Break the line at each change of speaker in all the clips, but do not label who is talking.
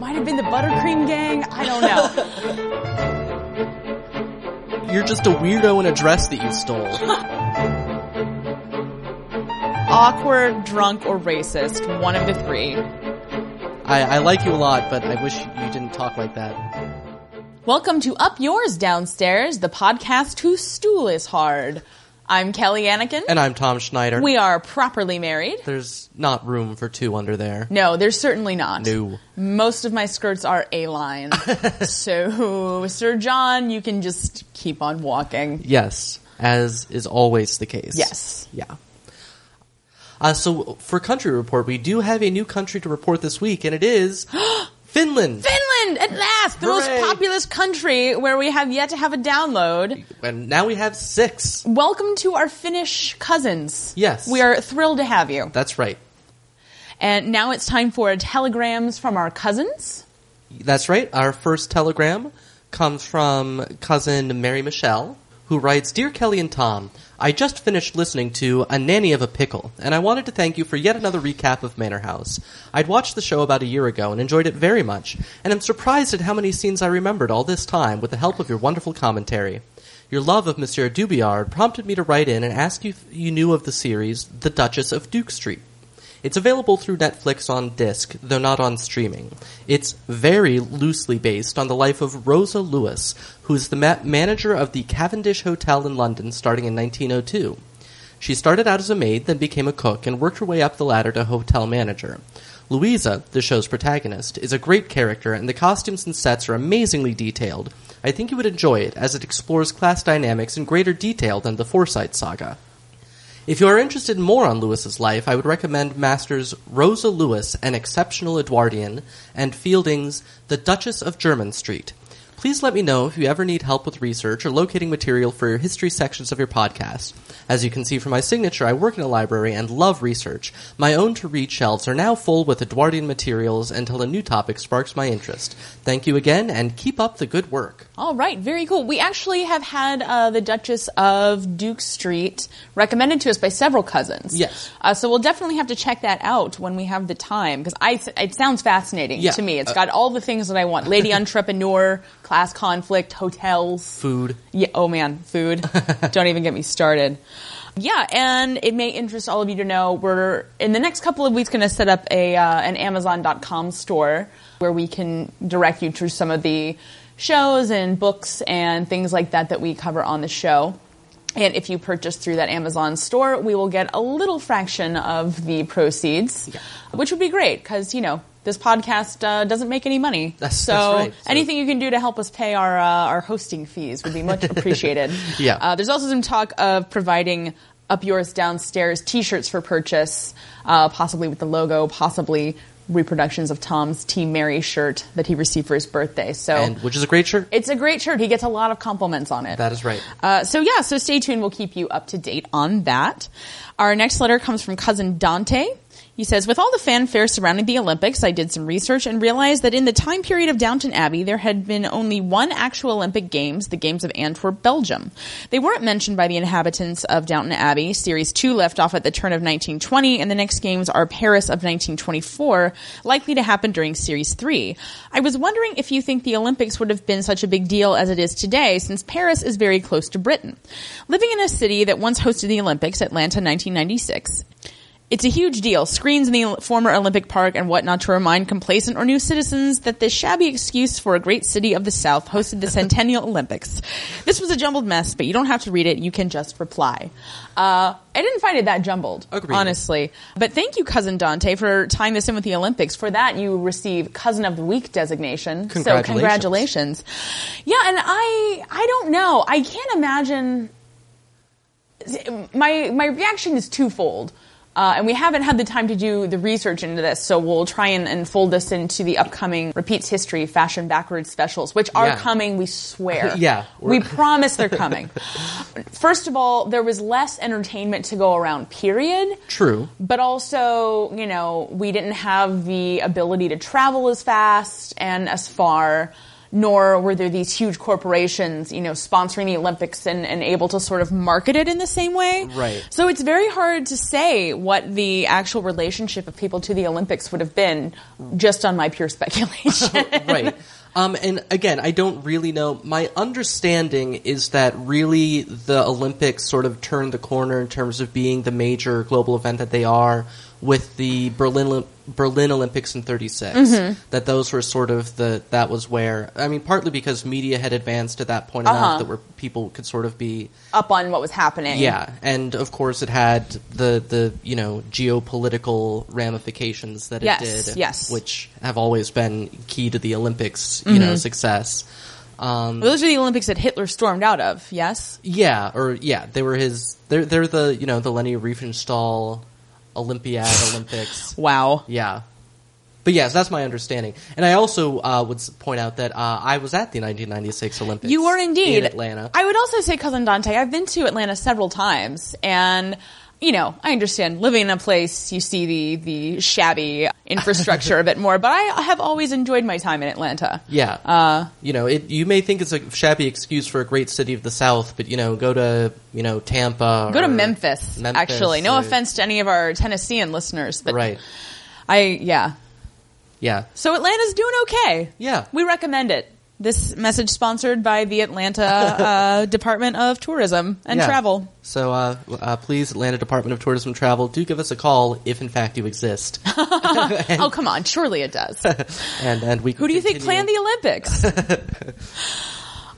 might have been the buttercream gang. I don't know.
You're just a weirdo in a dress that you stole.
Awkward, drunk, or racist. One of the three.
I, I like you a lot, but I wish you didn't talk like that.
Welcome to Up Yours Downstairs, the podcast whose stool is hard. I'm Kelly Anakin.
And I'm Tom Schneider.
we are properly married.
There's not room for two under there.
No, there's certainly not.
No.
Most of my skirts are A-line. so, Sir John, you can just keep on walking.
Yes, as is always the case.
Yes.
Yeah. Uh, so for country report, we do have a new country to report this week, and it is Finland.
Finland, at last, the
Hooray.
most populous country where we have yet to have a download.
and now we have six.
Welcome to our Finnish cousins.
Yes.
We are thrilled to have you.
That's right.
And now it's time for telegrams from our cousins.
That's right. Our first telegram comes from cousin Mary Michelle, who writes Dear Kelly and Tom, I just finished listening to A Nanny of a Pickle, and I wanted to thank you for yet another recap of Manor House. I'd watched the show about a year ago and enjoyed it very much, and I'm surprised at how many scenes I remembered all this time with the help of your wonderful commentary. Your love of Monsieur Dubillard prompted me to write in and ask you if you knew of the series The Duchess of Duke Street. It's available through Netflix on disc, though not on streaming. It's very loosely based on the life of Rosa Lewis, who is the ma- manager of the Cavendish Hotel in London starting in 1902. She started out as a maid, then became a cook, and worked her way up the ladder to hotel manager. Louisa, the show's protagonist, is a great character, and the costumes and sets are amazingly detailed. I think you would enjoy it, as it explores class dynamics in greater detail than the Forsyte saga. If you are interested more on Lewis's life, I would recommend Masters Rosa Lewis, An Exceptional Edwardian, and Fielding's The Duchess of German Street. Please let me know if you ever need help with research or locating material for your history sections of your podcast. As you can see from my signature, I work in a library and love research. My own to read shelves are now full with Edwardian materials until a new topic sparks my interest. Thank you again and keep up the good work.
All right, very cool. We actually have had uh, the Duchess of Duke Street recommended to us by several cousins.
Yes.
Uh, so we'll definitely have to check that out when we have the time because I it sounds fascinating
Yeah.
to me. It's
Uh,
got all the things that I want: lady entrepreneur, class conflict, hotels,
Food.
Yeah. Oh man, food. Don't even get me started. Yeah, and it may interest all of you to know we're in the next couple of weeks going to set up a uh, an Amazon.com store where we can direct you to some of the shows and books and things like that that we cover on the show. And if you purchase through that Amazon store, we will get a little fraction of the proceeds, which would be great because you know this podcast uh, doesn't make any money.
That's-
so
that's right. So-
anything you can do to help us pay our uh, our hosting fees would be much appreciated.
Yeah.
Uh, there's also some talk of providing up yours downstairs T-shirts for purchase, uh, possibly with the logo, possibly reproductions of Tom's Team Mary shirt that he received for his birthday. So
And which is a great shirt.
it's a great shirt. He gets a lot of compliments on it.
That is right.
Uh, so yeah, so stay tuned. We'll keep you up to date on that. Our next letter comes from cousin Dante. He says, with all the fanfare surrounding the Olympics, I did some research and realized that in the time period of Downton Abbey, there had been only one actual Olympic Games, the Games of Antwerp, Belgium. They weren't mentioned by the inhabitants of Downton Abbey. Series 2 left off at the turn of 1920, and the next games are Paris of 1924, likely to happen during Series 3. I was wondering if you think the Olympics would have been such a big deal as it is today, since Paris is very close to Britain. Living in a city that once hosted the Olympics, Atlanta 1996, it's a huge deal. Screens in the former Olympic Park and whatnot to remind complacent or new citizens that this shabby excuse for a great city of the South hosted the Centennial Olympics. This was a jumbled mess, but you don't have to read it. You can just reply. Uh, I didn't find it that jumbled,
Agreed.
honestly. But thank you, Cousin Dante, for tying this in with the Olympics. For that, you receive Cousin of the Week designation.
Congratulations.
So congratulations. Yeah, and I, I don't know. I can't imagine my my reaction is twofold. Uh, and we haven't had the time to do the research into this, so we'll try and, and fold this into the upcoming Repeats History Fashion Backwards specials, which are
Yeah.
coming, we swear.
Yeah,
We
we're-
promise they're coming. First of all, there was less entertainment to go around, period.
True.
But also, you know, we didn't have the ability to travel as fast and as far. nor were there these huge corporations, you know, sponsoring the Olympics and, and able to sort of market it in the same way.
Right.
So it's very hard to say what the actual relationship of people to the Olympics would have been just on my pure speculation.
right. Um, and again, I don't really know. My understanding is that really the Olympics sort of turned the corner in terms of being the major global event that they are with the Berlin Olymp- Berlin Olympics in 36. That those were sort of the that was where I mean partly because media had advanced at that point
Uh-huh.
enough that where people could sort of be
Up on what was happening.
yeah, and of course it had the the you know geopolitical ramifications that
Yes,
it did,
yes.
which have always been key to the Olympics, you
Mm-hmm.
know, success. Um,
Those are the Olympics that Hitler stormed out of, yes?
yeah, or yeah, they were his. They're they're the you know the Lenny Riefenstahl Olympiad Olympics.
Wow.
Yeah. But yes, that's my understanding. And I also uh, would s- point out that uh, I was at the 1996 Olympics.
You were indeed
in Atlanta.
I would also say, cousin Dante, I've been to Atlanta several times, and you know, I understand living in a place you see the the shabby infrastructure a bit more, but I have always enjoyed my time in Atlanta.
Yeah.
Uh,
you know, it, you may think it's a shabby excuse for a great city of the South, but you know, go to you know Tampa.
Go to
or-
Memphis,
Memphis,
actually. No
or-
offense to any of our Tennessean listeners, but
Right.
I yeah.
Yeah.
So Atlanta's doing okay.
Yeah.
We recommend it. This message sponsored by the Atlanta uh, Department of Tourism and
Yeah.
Travel.
So uh, uh, please, Atlanta Department of Tourism and Travel, do give us a call if in fact you exist,
oh come on, surely it does.
and and we.
Who do you think planned the Olympics?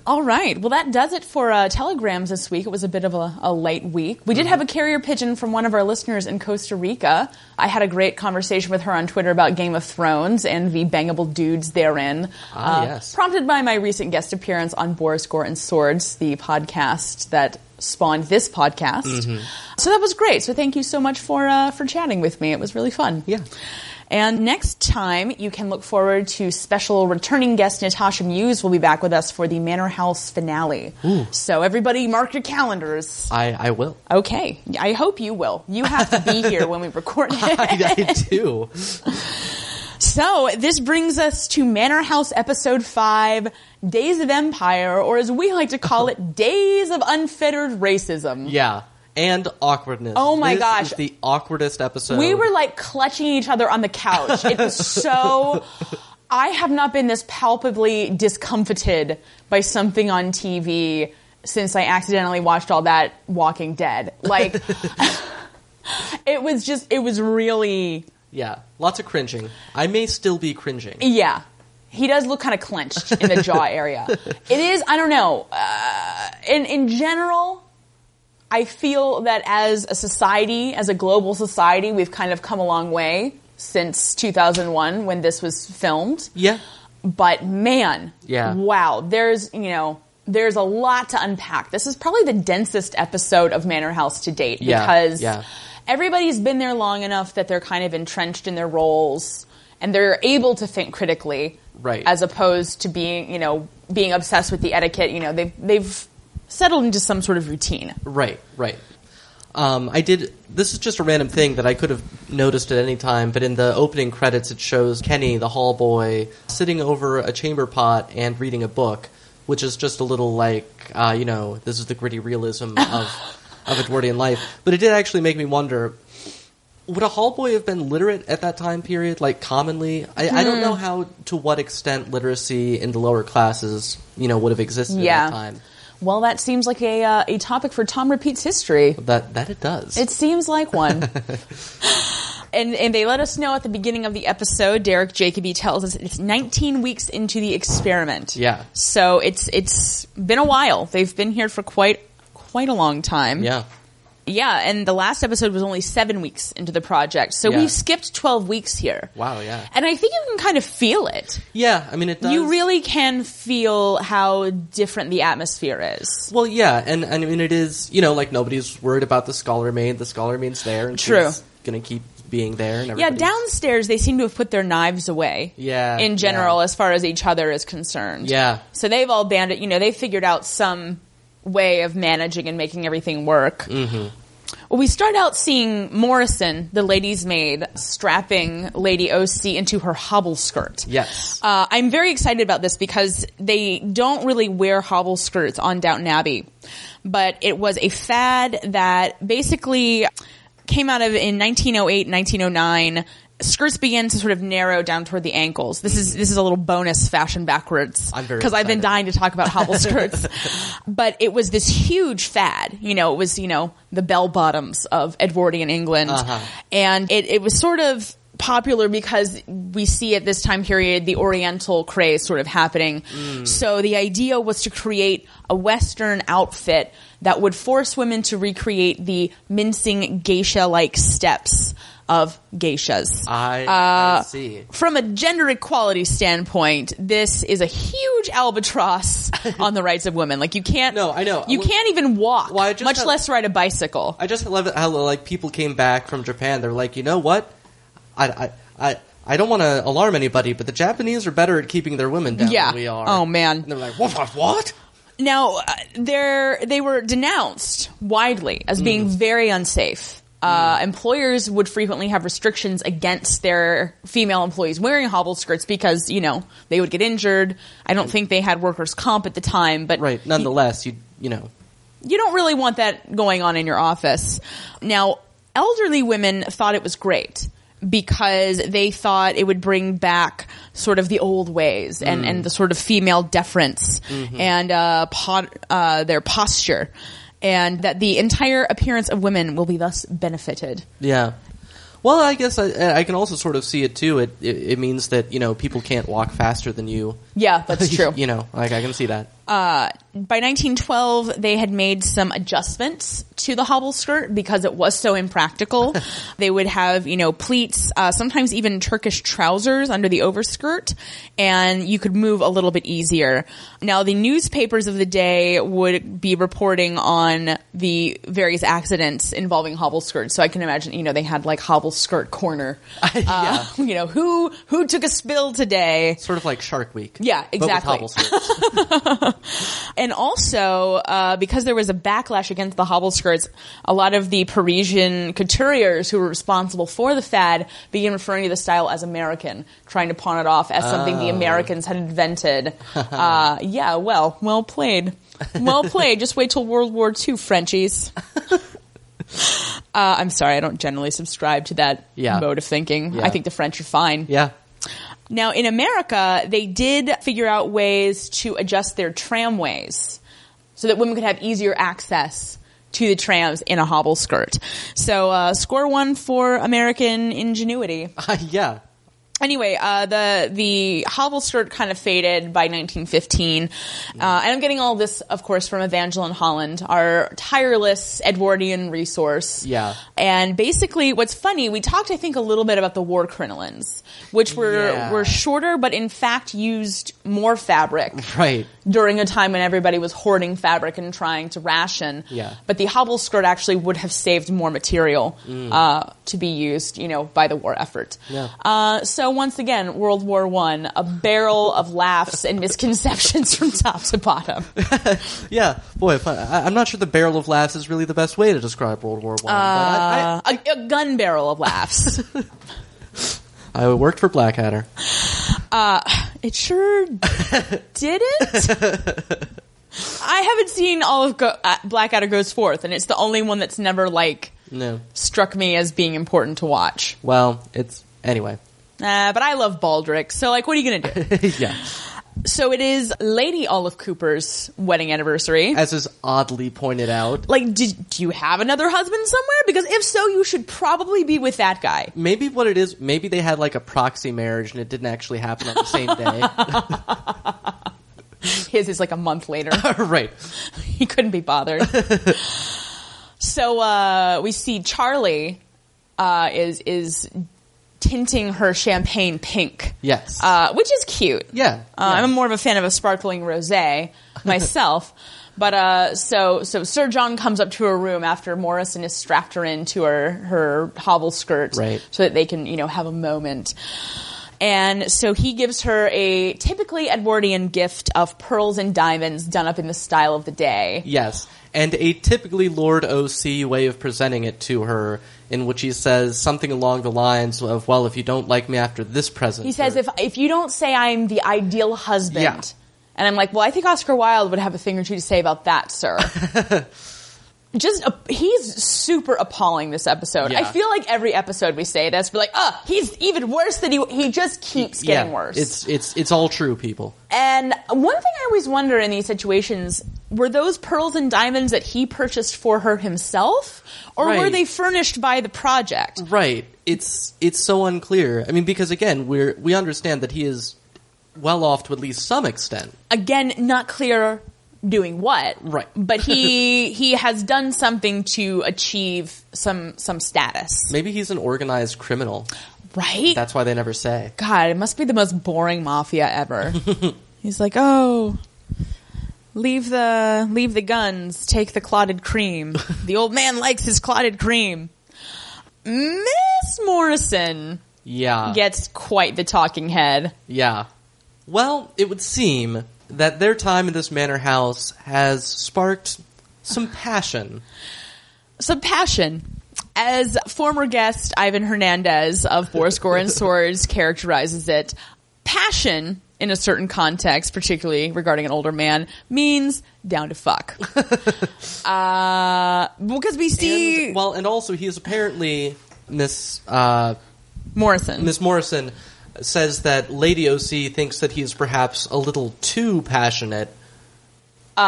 All right. Well, that does it for uh, telegrams this week. It was a bit of a, a late week. We
Mm-hmm.
did have a carrier pigeon from one of our listeners in Costa Rica. I had a great conversation with her on Twitter about Game of Thrones and the bangable dudes therein. Uh,
Ah, yes.
Prompted by my recent guest appearance on Boris Gore and Swords, the podcast that spawned this podcast. So that was great. So thank you so much for uh, for chatting with me. It was really fun.
Yeah.
And next time, you can look forward to special returning guest Natasha Muse will be back with us for the Manor House finale. So everybody, mark your calendars.
I I will.
Okay, I hope you will. You have to be here when we record it.
I, I do.
So this brings us to Manor House episode five, Days of Empire, or as we like to call it, Days of Unfettered Racism.
Yeah. And awkwardness.
Oh my
This
gosh.
is the awkwardest episode.
We were like clutching each other on the couch. It was so. I have not been this palpably discomfited by something on TV since I accidentally watched all that Walking Dead. Like, it was just, it was really,
Yeah. Lots of cringing. I may still be cringing.
yeah. He does look kind of clenched in the jaw area. It is, I don't know. Uh, in in general, I feel that as a society, as a global society, we've kind of come a long way since 2001 when this was filmed.
Yeah.
But man,
Yeah.
wow, there's, you know, there's a lot to unpack. This is probably the densest episode of Manor House to date
Yeah,
because
yeah.
everybody's been there long enough that they're kind of entrenched in their roles and they're able to think critically
Right.
as opposed to being, you know, being obsessed with the etiquette, you know, they've they've settled into some sort of routine.
Right, right. Um, I did. This is just a random thing that I could have noticed at any time, but in the opening credits, it shows Kenny, the hall boy, sitting over a chamber pot and reading a book, which is just a little like, uh, you know, this is the gritty realism of of Edwardian life. But it did actually make me wonder: would a hall boy have been literate at that time period? Like commonly, I, I don't know how to what extent literacy in the lower classes, you know, would have existed
Yeah.
at that time.
Well, that seems like a uh, a topic for Tom repeats history.
That that it does.
It seems like one. and and they let us know at the beginning of the episode. Derek Jacoby tells us it's 19 weeks into the experiment.
Yeah.
So it's it's been a while. They've been here for quite quite a long time.
yeah.
Yeah, and the last episode was only 7 weeks into the project. So
Yeah.
we've skipped 12 weeks here.
Wow, yeah.
And I think you can kind of feel it.
Yeah, I mean it does.
You really can feel how different the atmosphere is.
well, yeah, and, and I mean it is. You know, like nobody's worried about the scholar maid. The scholar maid's there, and
True.
she's gonna keep being there. And
Yeah,
everybody's-
downstairs they seem to have put their knives away.
Yeah,
In general,
yeah.
as far as each other is concerned.
Yeah.
So they've all banded, you know, they figured out some way of managing and making everything work. Mm-hmm. Well, we start out seeing Morrison, the lady's maid, strapping Lady OC into her hobble skirt.
Yes.
Uh, I'm very excited about this because they don't really wear hobble skirts on Downton Abbey, but it was a fad that basically came out of in 1908, 1909. Skirts began to sort of narrow down toward the ankles. This is this is a little bonus fashion backwards
I'm very
I've been
excited.
dying to talk about hobble skirts, but it was this huge fad. You know, it was you know the bell bottoms of Edwardian England,
Uh-huh.
and it, it was sort of popular because we see at this time period the oriental craze sort of happening
Mm.
so the idea was to create a western outfit that would force women to recreate the mincing geisha like steps of geishas Uh,
I, I see.
from a gender equality standpoint, this is a huge albatross on the rights of women. Like you can't,
No, I know.
you
Well-
can't even walk,
Well, I just
much
have-
less ride a bicycle.
I just love it how like people came back from Japan. They're like, you know what? I I I, I don't want to alarm anybody, but the Japanese are better at keeping their women down
Yeah.
than we are.
Oh, man.
And they're like, what? What? what?
Now, uh, they're, they were denounced widely as being
Mm-hmm.
very unsafe. Uh,
Mm.
employers would frequently have restrictions against their female employees wearing hobble skirts because, you know, they would get injured. I don't think they had workers' comp at the time, but
Right. Nonetheless, you you know.
you don't really want that going on in your office. Now, elderly women thought it was great because they thought it would bring back sort of the old ways and, and the sort of female deference and uh, pot, uh, their posture. And that the entire appearance of women will be thus benefited.
Yeah. Well, I guess I, I can also sort of see it too. It, it it means that you know people can't walk faster than you.
Yeah, that's true.
you know, like I can see that.
by 1912, they had made some adjustments to the hobble skirt because it was so impractical. they would have, you know, pleats, uh, sometimes even Turkish trousers under the overskirt, and you could move a little bit easier. Now, the newspapers of the day would be reporting on the various accidents involving hobble skirts. So I can imagine, you know, they had like hobble skirt corner.
yeah.
you know, who, who took a spill today?
Sort of like Shark Week.
Yeah, exactly.
But with hobble skirts.
And also, uh, because there was a backlash against the hobble skirts, a lot of the Parisian couturiers who were responsible for the fad began referring to the style as American, trying to pawn it off as something
Oh.
the Americans had invented. uh, yeah, well, well played. Well played. Just wait till World War II, Frenchies. Uh, I'm sorry, I don't generally subscribe to that
Yeah.
mode of thinking.
Yeah.
I think the French are fine.
yeah.
Now, in America, they did figure out ways to adjust their tramways so that women could have easier access to the trams in a hobble skirt. So, uh, score one for American ingenuity.
yeah.
Anyway, uh, the the hobble skirt kind of faded by 1915, uh, and I'm getting all this, of course, from Evangeline Holland, our tireless Edwardian resource.
Yeah.
And basically, what's funny, we talked, I think, a little bit about the war crinolines, which were
Yeah.
were shorter, but in fact used more fabric
Right.
during a time when everybody was hoarding fabric and trying to ration.
Yeah.
But the hobble skirt actually would have saved more material uh, to be used, you know, by the war effort.
Mm. Yeah.
Uh, so once again, World War One, a barrel of laughs and misconceptions from top to bottom.
Yeah, boy, if I, I- I'm not sure the barrel of laughs is really the best way to describe World War One.
Uh,
but I,
a, a gun barrel of laughs.
I, I worked for Blackadder.
It sure didn't. I haven't seen all of Go- uh, Blackadder Goes Forth, and it's the only one that's never like
No,
struck me as being important to watch.
well, it's anyway.
Uh, but I love Baldric, so like, what are you gonna do?
yeah,
so it is Lady Olive Cooper's wedding anniversary.
as is oddly pointed out,
like, did, do you have another husband somewhere? Because if so, you should probably be with that guy.
maybe what it is, maybe they had like a proxy marriage and it didn't actually happen on the same day.
His is like a month later.
right?
he couldn't be bothered. so uh, we see Charlie uh, is is tinting her champagne pink.
Yes.
uh, which is cute.
Yeah.
Uh,
yeah.
I'm more of a fan of a sparkling rosé myself. But uh, so so Sir John comes up to her room after Morrison has strapped her into her her hobble skirt,
Right.
So that they can you know have a moment. And so he gives her a typically Edwardian gift of pearls and diamonds done up in the style of the day.
Yes. and a typically Lord OC way of presenting it to her, in which he says something along the lines of, "Well, if you don't like me after this present,"
He says,
or-
if if you don't say I'm the ideal husband,
Yeah.
and I'm like, well, I think Oscar Wilde would have a thing or two to say about that, sir. Just a, he's super appalling this episode. I
Yeah.
feel like every episode we say this, we're like, oh, he's even worse than he. He just keeps getting worse.
It's it's it's all true, people.
And one thing I always wonder in these situations were those pearls and diamonds that he purchased for her himself, or were
Right. Mm-hmm.
they furnished by the project?
Right. It's it's so unclear. I mean, because again, we're we understand that he is well off to at least some extent.
Again, not clear doing what,
Right.
But he he has done something to achieve some some status,
Maybe he's an organized criminal.
right?
That's why they never say.
God, it must be the most boring mafia ever. He's like, oh, leave the leave the guns, take the clotted cream. The old man likes his clotted cream. Miss Morrison
Yeah.
gets quite the talking head.
Yeah. Well, it would seem that their time in this manor house has sparked some passion.
Some passion. As former guest Ivan Hernandez of Boris Gorin Swords characterizes it, passion in a certain context, particularly regarding an older man, means down to fuck. uh, because we see
And, well, and also he is apparently Miss uh,
Morrison.
Miss Morrison says that Lady OC thinks that he is perhaps a little too passionate.
so,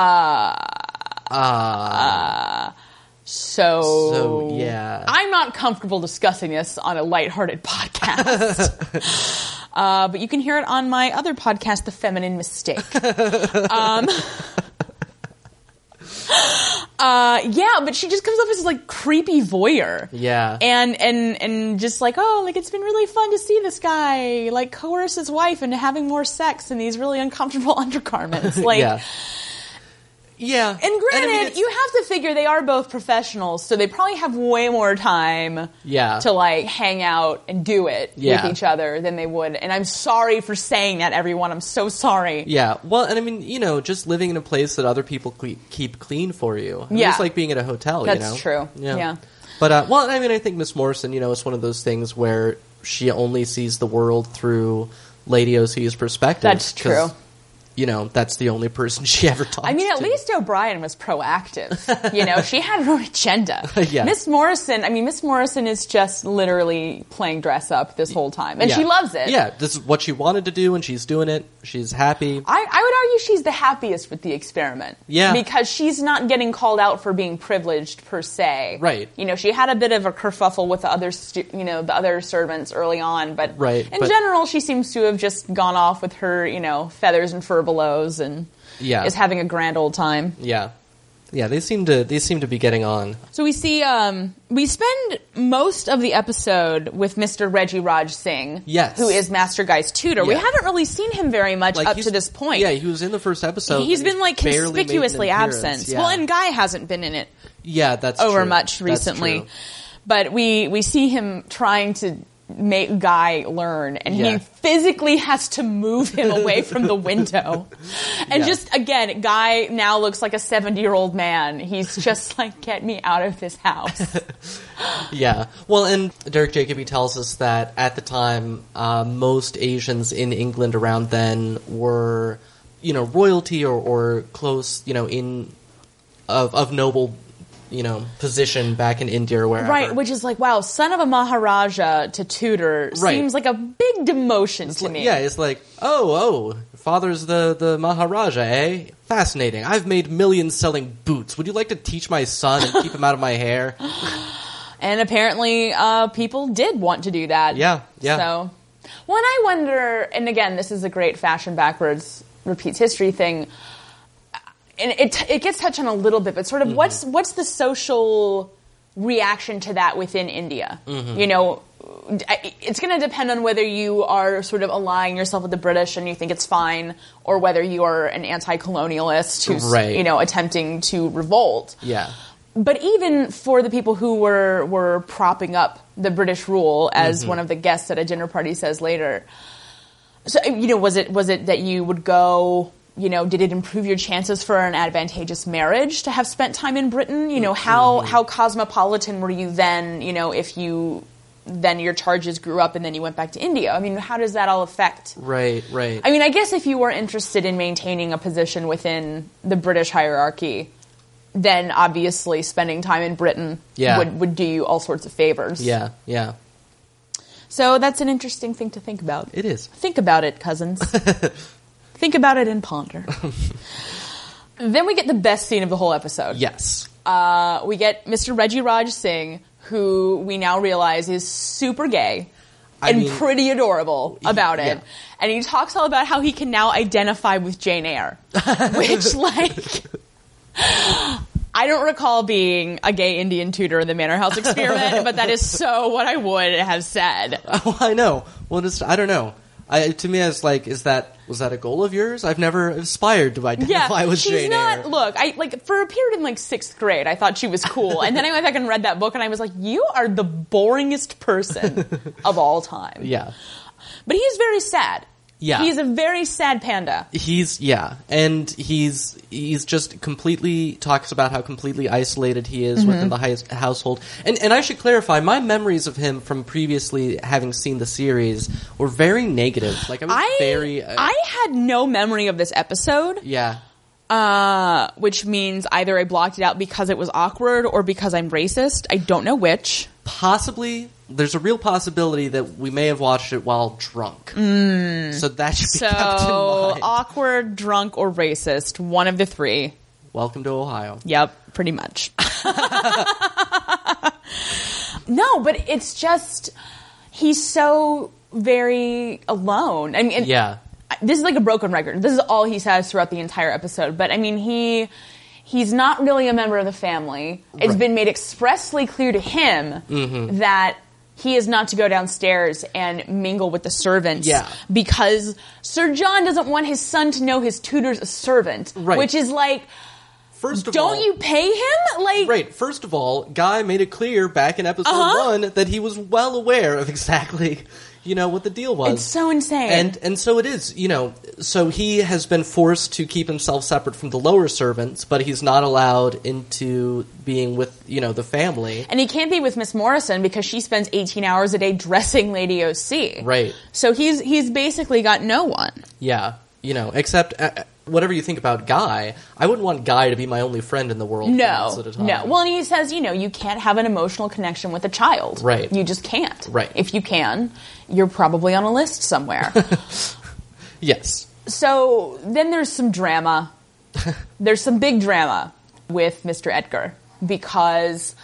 So, yeah.
I'm not comfortable discussing this on a lighthearted podcast. uh, but you can hear it on my other podcast, The Feminine Mistake. um, uh, yeah, but she just comes off as like creepy voyeur.
Yeah.
And and and just like oh like it's been really fun to see this guy like coerce his wife into having more sex in these really uncomfortable undergarments like
yeah. Yeah. And
and
I mean,
granted,
it's-
you have to figure they are both professionals, so they probably have way more time
Yeah.
to like hang out and do it
Yeah.
with each other than they would. And I'm sorry for saying that, everyone. I'm so sorry.
Yeah, well, and I mean, you know, just living in a place that other people cle- keep clean for you. I mean,
Yeah.
it's like being at a hotel.
That's
you know?
true. Yeah.
But uh, well, and I mean, I think Miss Morrison, you know, it's one of those things where she only sees the world through Lady OC's perspective.
That's
'cause,
true.
You know, that's the only person she ever talks.
I mean, at
to.
least O'Brien was proactive. You know, she had her own agenda.
Yeah.
Miss Morrison, I mean, Miss Morrison is just literally playing dress up this whole time, and
Yeah.
she loves it.
Yeah, this is what she wanted to do, and she's doing it. She's happy.
I, I would argue she's the happiest with the experiment.
Yeah.
Because she's not getting called out for being privileged per se.
Right.
You know, she had a bit of a kerfuffle with the other, stu- you know, the other servants early on, but
Right,
in
but-
general, she seems to have just gone off with her, you know, feathers and furbelows and
Yeah.
is having a grand old time.
Yeah, yeah. They seem to they seem to be getting on.
So we see, um, we spend most of the episode with Mr. Reggie Raj Singh.
Yes.
Who is Master Guy's tutor. We
Yeah.
haven't really seen him very much up
he's-
to this point.
yeah, he was in the first episode.
he's
and
been like
barely made an
conspicuously
appearance.
absent.
Yeah.
Well, and Guy hasn't been in it
Yeah, that's
over
true.
much
That's
recently,
true.
but we we see him trying to make Guy learn, and he
Yeah.
physically has to move him away from the window. And
Yeah.
just again, Guy now looks like a seventy year old man. He's just like, get me out of this house.
Yeah. Well, and Derek Jacobi tells us that at the time, uh, most Asians in England around then were, you know, royalty or, or close, you know, in of of noble, you know, position back in India or wherever.
Right, which is like, wow, son of a Maharaja to tutor
Right.
seems like a big demotion to
Like,
me.
Yeah, it's like, oh, oh, your father's the, the Maharaja, eh? Fascinating. I've made millions selling boots. Would you like to teach my son and keep him out of my hair?
And apparently, uh, people did want to do that.
Yeah, yeah.
So, well, and I wonder, and again, this is a great fashion backwards repeats history thing. And it it gets touched on a little bit, but sort
Mm-hmm.
of what's what's the social reaction to that within India?
Mm-hmm.
You know, I- it's going to depend on whether you are sort of allying yourself with the British and you think it's fine, or whether you are an anti-colonialist who's
Right.
you know attempting to revolt
Yeah.
but even for the people who were were propping up the British rule, as one of the guests at a dinner party says later, so you know, was it was it that you would go you know, did it improve your chances for an advantageous marriage to have spent time in Britain? You know, how how cosmopolitan were you then? You know, if you then your charges grew up and then you went back to India. I mean, how does that all affect?
Right, right.
I mean, I guess if you were interested in maintaining a position within the British hierarchy, then obviously spending time in Britain
Yeah.
would would do you all sorts of favors.
yeah, yeah.
So that's an interesting thing to think about.
It is.
Think about it, cousins. Think about it and ponder. then we get the best scene of the whole episode.
Yes.
Uh, we get Mr. Reggie Raj Singh, who we now realize is super gay
I
and
mean-
pretty adorable about it.
yeah.
And he talks all about how he can now identify with Jane Eyre, which, like. I don't recall being a gay Indian tutor in the Manor House experiment, but that is so what I would have said.
Oh, I know. Well, just I don't know. I, to me, it's like, is that was that a goal of yours? I've never aspired to
Yeah,
identify with
she's
Jane
not.
Eyre.
Look, I like for a period in like sixth grade, I thought she was cool, and then I went back and read that book, and I was like, "You are the boringest person of all time."
yeah,
but he's very sad.
Yeah.
he's a very sad panda.
he's yeah, and he's he's just completely talks about how completely isolated he is
Mm-hmm.
within the high, household. And and I should clarify, my memories of him from previously having seen the series were very negative. Like I was
I
very uh,
I had no memory of this episode,
yeah.
uh, which means either I blocked it out because it was awkward or because I'm racist. I don't know which.
Possibly, there's a real possibility that we may have watched it while drunk. So that should
Mm.
be
So
kept in mind.
awkward, drunk, or racist. One of the three.
Welcome to Ohio.
Yep, pretty much. no, but it's just he's so very alone. I mean, and
Yeah.
this is like a broken record. This is all he says throughout the entire episode. But I mean, he he's not really a member of the family. It's
Right. Mm-hmm.
been made expressly clear to him that he is not to go downstairs and mingle with the servants
Yeah.
because Sir John doesn't want his son to know his tutor's a servant,
Right.
which is like
First of
don't
all,
you pay him? Like,
Right. First of all, Guy made it clear back in episode
Uh-huh.
one that he was well aware of exactly, you know, what the deal was.
it's so insane.
and and so it is, you know. So he has been forced to keep himself separate from the lower servants, but he's not allowed into being with you know the family.
And he can't be with Miss Morrison because she spends 18 hours a day dressing Lady OC.
Right.
So he's he's basically got no one.
Yeah, you know. Except uh, uh, whatever you think about Guy, I wouldn't want Guy to be my only friend in the world. for months
No.
at a time.
No. Well, and he says, you know, you can't have an emotional connection with a child.
Right.
You just can't.
Right.
If you can, you're probably on a list somewhere.
yes,
so then there's some drama. there's some big drama with Mr. Edgar because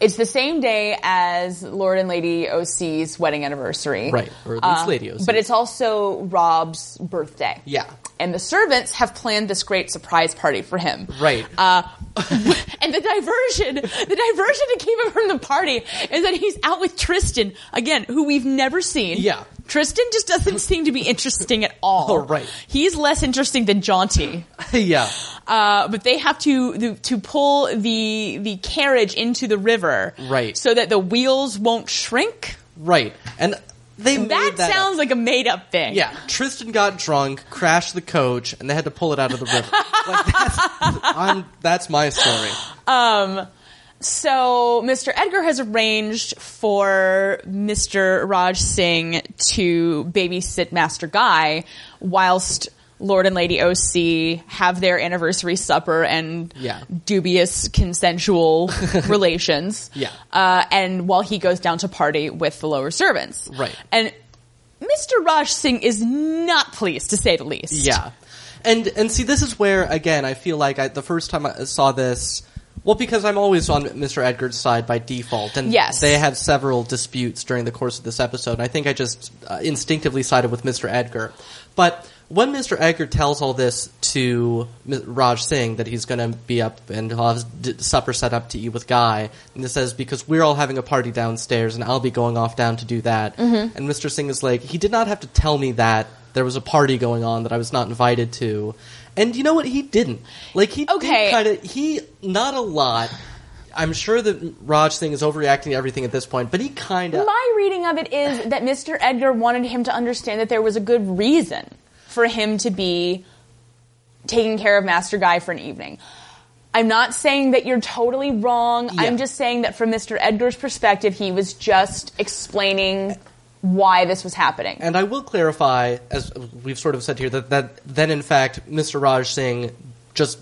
it's the same day as Lord and Lady OC's wedding anniversary. Um,
right. Or at least Lady OC.
But it's also Rob's birthday.
Yeah.
And the servants have planned this great surprise party for him.
Right.
Uh, and the diversion, the diversion that came from the party is that he's out with Tristan, again, who we've never seen.
Yeah.
Tristan just doesn't seem to be interesting at all.
Oh, right.
He's less interesting than Jaunty.
yeah.
Uh, but they have to the, to pull the the carriage into the river,
Right.
So that the wheels won't shrink.
Right. And they made
That,
that up.
sounds like a made up thing.
Yeah, Tristan got drunk, crashed the coach, and they had to pull it out of the river. like that's, I'm, that's my story.
Um, So Mr. Edgar has arranged for Mr. Raj Singh to babysit Master Guy whilst Lord and Lady OC have their anniversary supper and
Yeah.
dubious consensual relations.
Yeah.
Uh, and while he goes down to party with the lower servants.
Right.
And Mr. Raj Singh is not pleased, to say the least.
Yeah, and and see, this is where again I feel like I, the first time I saw this. Well, because I'm always on Mr. Edgar's side by default, and
Yes.
they have several disputes during the course of this episode. And I think I just uh, instinctively sided with Mr. Edgar, but when Mr. Edgar tells all this to M- Raj Singh that he's going to be up and he'll have d- supper set up to eat with Guy, and it says because we're all having a party downstairs, and I'll be going off down to do that, and Mr. Singh is like, he did not have to tell me that there was a party going on that I was not invited to. And you know what? He didn't. Like he
Okay.
kind of he not a lot. I'm sure that Raj Singh is overreacting to everything at this point, but he kind of
My reading of it is that Mr. Edgar wanted him to understand that there was a good reason for him to be taking care of Master Guy for an evening. I'm not saying that you're totally wrong.
Yeah.
I'm just saying that from Mr. Edgar's perspective, he was just explaining why this was happening.
And I will clarify, as we've sort of said here, that, that then in fact Mr. Raj Singh just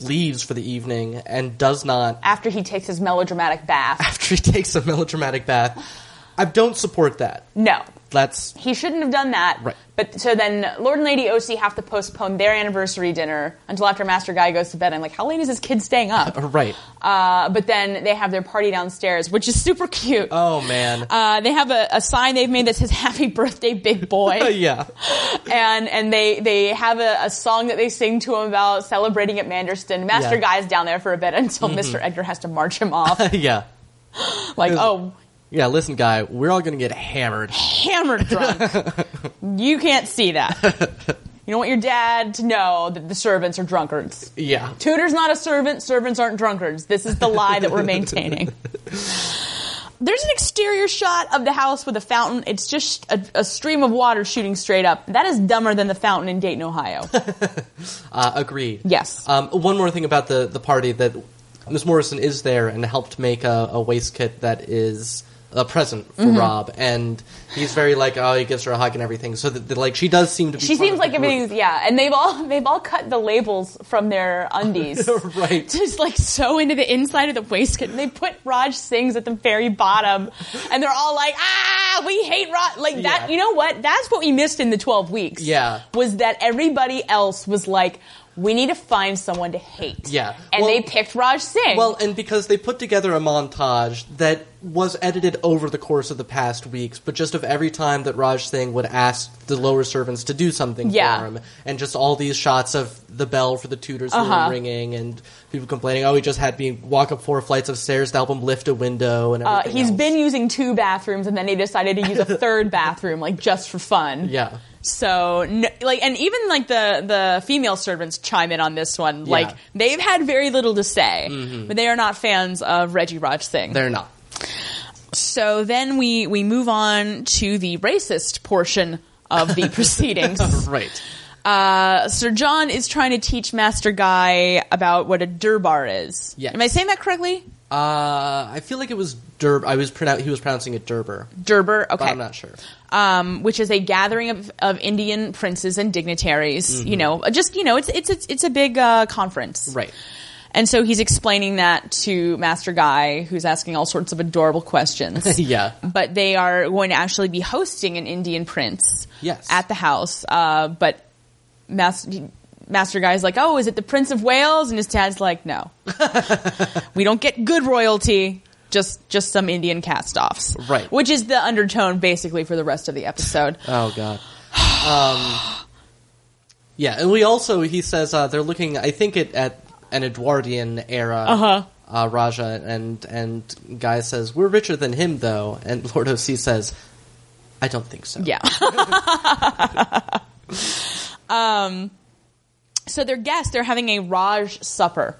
leaves for the evening and does not
after he takes his melodramatic bath.
after he takes a melodramatic bath. I don't support that.
No.
That's
He shouldn't have done that.
Right.
But so then Lord and Lady OC have to postpone their anniversary dinner until after Master Guy goes to bed. I'm like, how late is this kid staying up?
right.
Uh, but then they have their party downstairs, which is super cute.
Oh man.
Uh, they have a, a sign they've made that says "Happy Birthday, Big Boy,"
yeah.
and and they they have a, a song that they sing to him about celebrating at Manderston. Master
Yeah. Mm-hmm.
Guy's down there for a bit until Mr. Edgar has to march him off.
yeah.
like, oh,
Yeah, listen guy, we're all going to get hammered.
hammered drunk. you can't see that. You don't want your dad to know that the servants are drunkards.
Yeah.
Tutor's not a servant, servants aren't drunkards. This is the lie that we're maintaining. There's an exterior shot of the house with a fountain. It's just a, a stream of water shooting straight up. That is dumber than the fountain in Dayton, Ohio.
Uh, agreed.
Yes.
Um, one more thing about the, the party that Miss Morrison is there and helped make a, a waistcoat that is a present for
Mm-hmm.
Rob, and he's very like, oh, he gives her a hug and everything. So that, that, like she does seem to. be
She
part
seems
of
like
the group.
everything's yeah, and they've all they've all cut the labels from their undies.
right.
just like so into the inside of the waistcoat. And they put Raj Singh's at the very bottom, and they're all like, "Ah, we hate Raj." Like that.
Yeah.
You know what? That's what we missed in the twelve weeks.
Yeah.
was that everybody else was like, "We need to find someone to hate."
Yeah.
and
Well-
they picked Raj Singh.
Well, and because they put together a montage that was edited over the course of the past weeks, but just of every time that Raj Singh would ask the lower servants to do something
Yeah.
for him, and just all these shots of the bell for the tutors who
Uh-huh.
were ringing, and people complaining, "Oh, he just had me walk up four flights of stairs to help him lift a window," and
uh,
everything
he's
else.
been using two bathrooms, and then they decided to use a third bathroom, like just for fun.
yeah.
So, n like, and even like the the female servants chime in on this one. Like, they've had very little to say, but they are not fans of Reggie Raj Singh.
Mm-hmm. They're not.
so then we we move on to the racist portion of the proceedings.
Right.
Uh, Sir John is trying to teach Master Guy about what a durbar is.
Yes.
Am I saying that correctly?
Uh, I feel like it was Derb. I was pronoun- he was pronouncing it Derber,
Durbar. Okay.
but I'm not sure.
um, which is a gathering of, of Indian princes and dignitaries. You know, just you know, it's it's it's, it's a big uh, conference,
Mm-hmm. Right.
And so he's explaining that to Master Guy, who's asking all sorts of adorable questions.
Yeah.
But they are going to actually be hosting an Indian prince
Yes.
at the house. Uh, but Master, Master Guy's like, oh, is it the Prince of Wales? And his dad's like, no. we don't get good royalty. Just, just some Indian cast offs.
Right.
Which is the undertone basically for the rest of the episode.
Oh god. Um, yeah, and we also he says uh, they're looking. I think it at an Edwardian era.
Uh-huh.
Uh, Raja and and guy says we're richer than him though, and Lord OC says, I don't think so.
Yeah. um, Um, so their guests, they're having a Raj supper,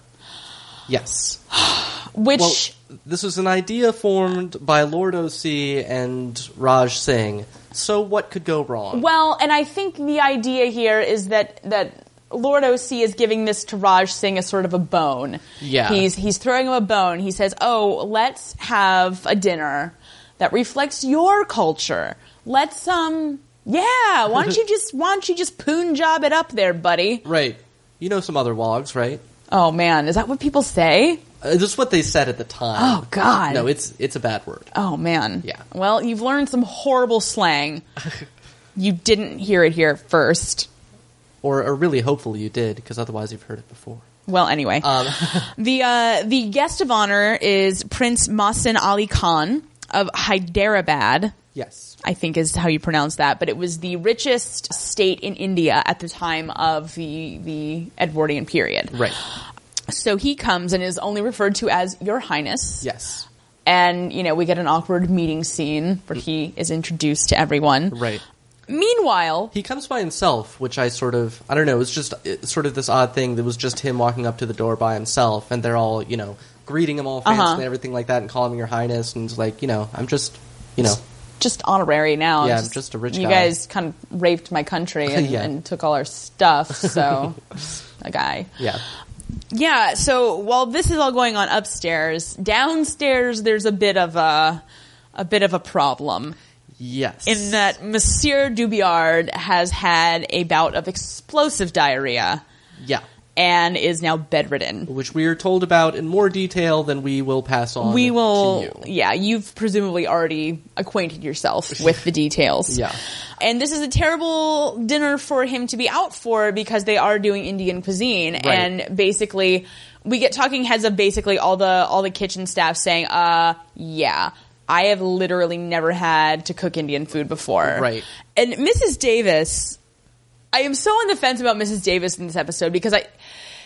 Yes.
which
Well, this was an idea formed by Lord OC and Raj Singh. So what could go wrong?
Well, and I think the idea here is that that Lord OC is giving this to Raj Singh as sort of a bone.
Yeah.
He's he's throwing him a bone. He says, "Oh, let's have a dinner that reflects your culture. Let's um yeah, why don't you just why don't you just poon job it up there, buddy?
right. You know some other wogs, right?
Oh man, is that what people say?
Uh, this is what they said at the time.
Oh, God.
No, it's it's a bad word.
Oh man.
Yeah.
Well, you've learned some horrible slang. you didn't hear it here first.
Or, or really, hopefully you did, because otherwise you've heard it before.
Well, anyway.
Um,
The uh, the guest of honor is Prince Masin Ali Khan of Hyderabad.
yes.
I think is how you pronounce that, but it was the richest state in India at the time of the the Edwardian period.
Right.
So he comes and is only referred to as Your Highness.
Yes.
And you know we get an awkward meeting scene where he is introduced to everyone.
Right.
Meanwhile,
He comes by himself, which I sort of, I don't know, it's just it's sort of this odd thing that was just him walking up to the door by himself, and they're all, you know, greeting him all fancy
Uh-huh.
and everything like that, and calling him Your Highness, and it's like, you know, I'm just, you know,
just honorary now.
Yeah, I'm just a rich
you
guy.
guys kind of raped my country and,
Yeah.
and took all our stuff, so a guy.
Yeah.
Yeah, so while this is all going on upstairs, downstairs there's a bit of a a bit of a problem
Yes.
in uh, that Monsieur Dubiard has had a bout of explosive diarrhea
Yeah.
and is now bedridden.
Which we are told about in more detail than we will pass on.
We will,
To you.
yeah, you've presumably already acquainted yourself with the details.
Yeah.
And this is a terrible dinner for him to be out for because they are doing Indian cuisine
Right.
and basically we get talking heads of basically all the all the kitchen staff saying, "Uh, yeah, I have literally never had to cook Indian food before."
Right.
And Mrs. Davis I am so on the fence about Mrs. Davis in this episode because I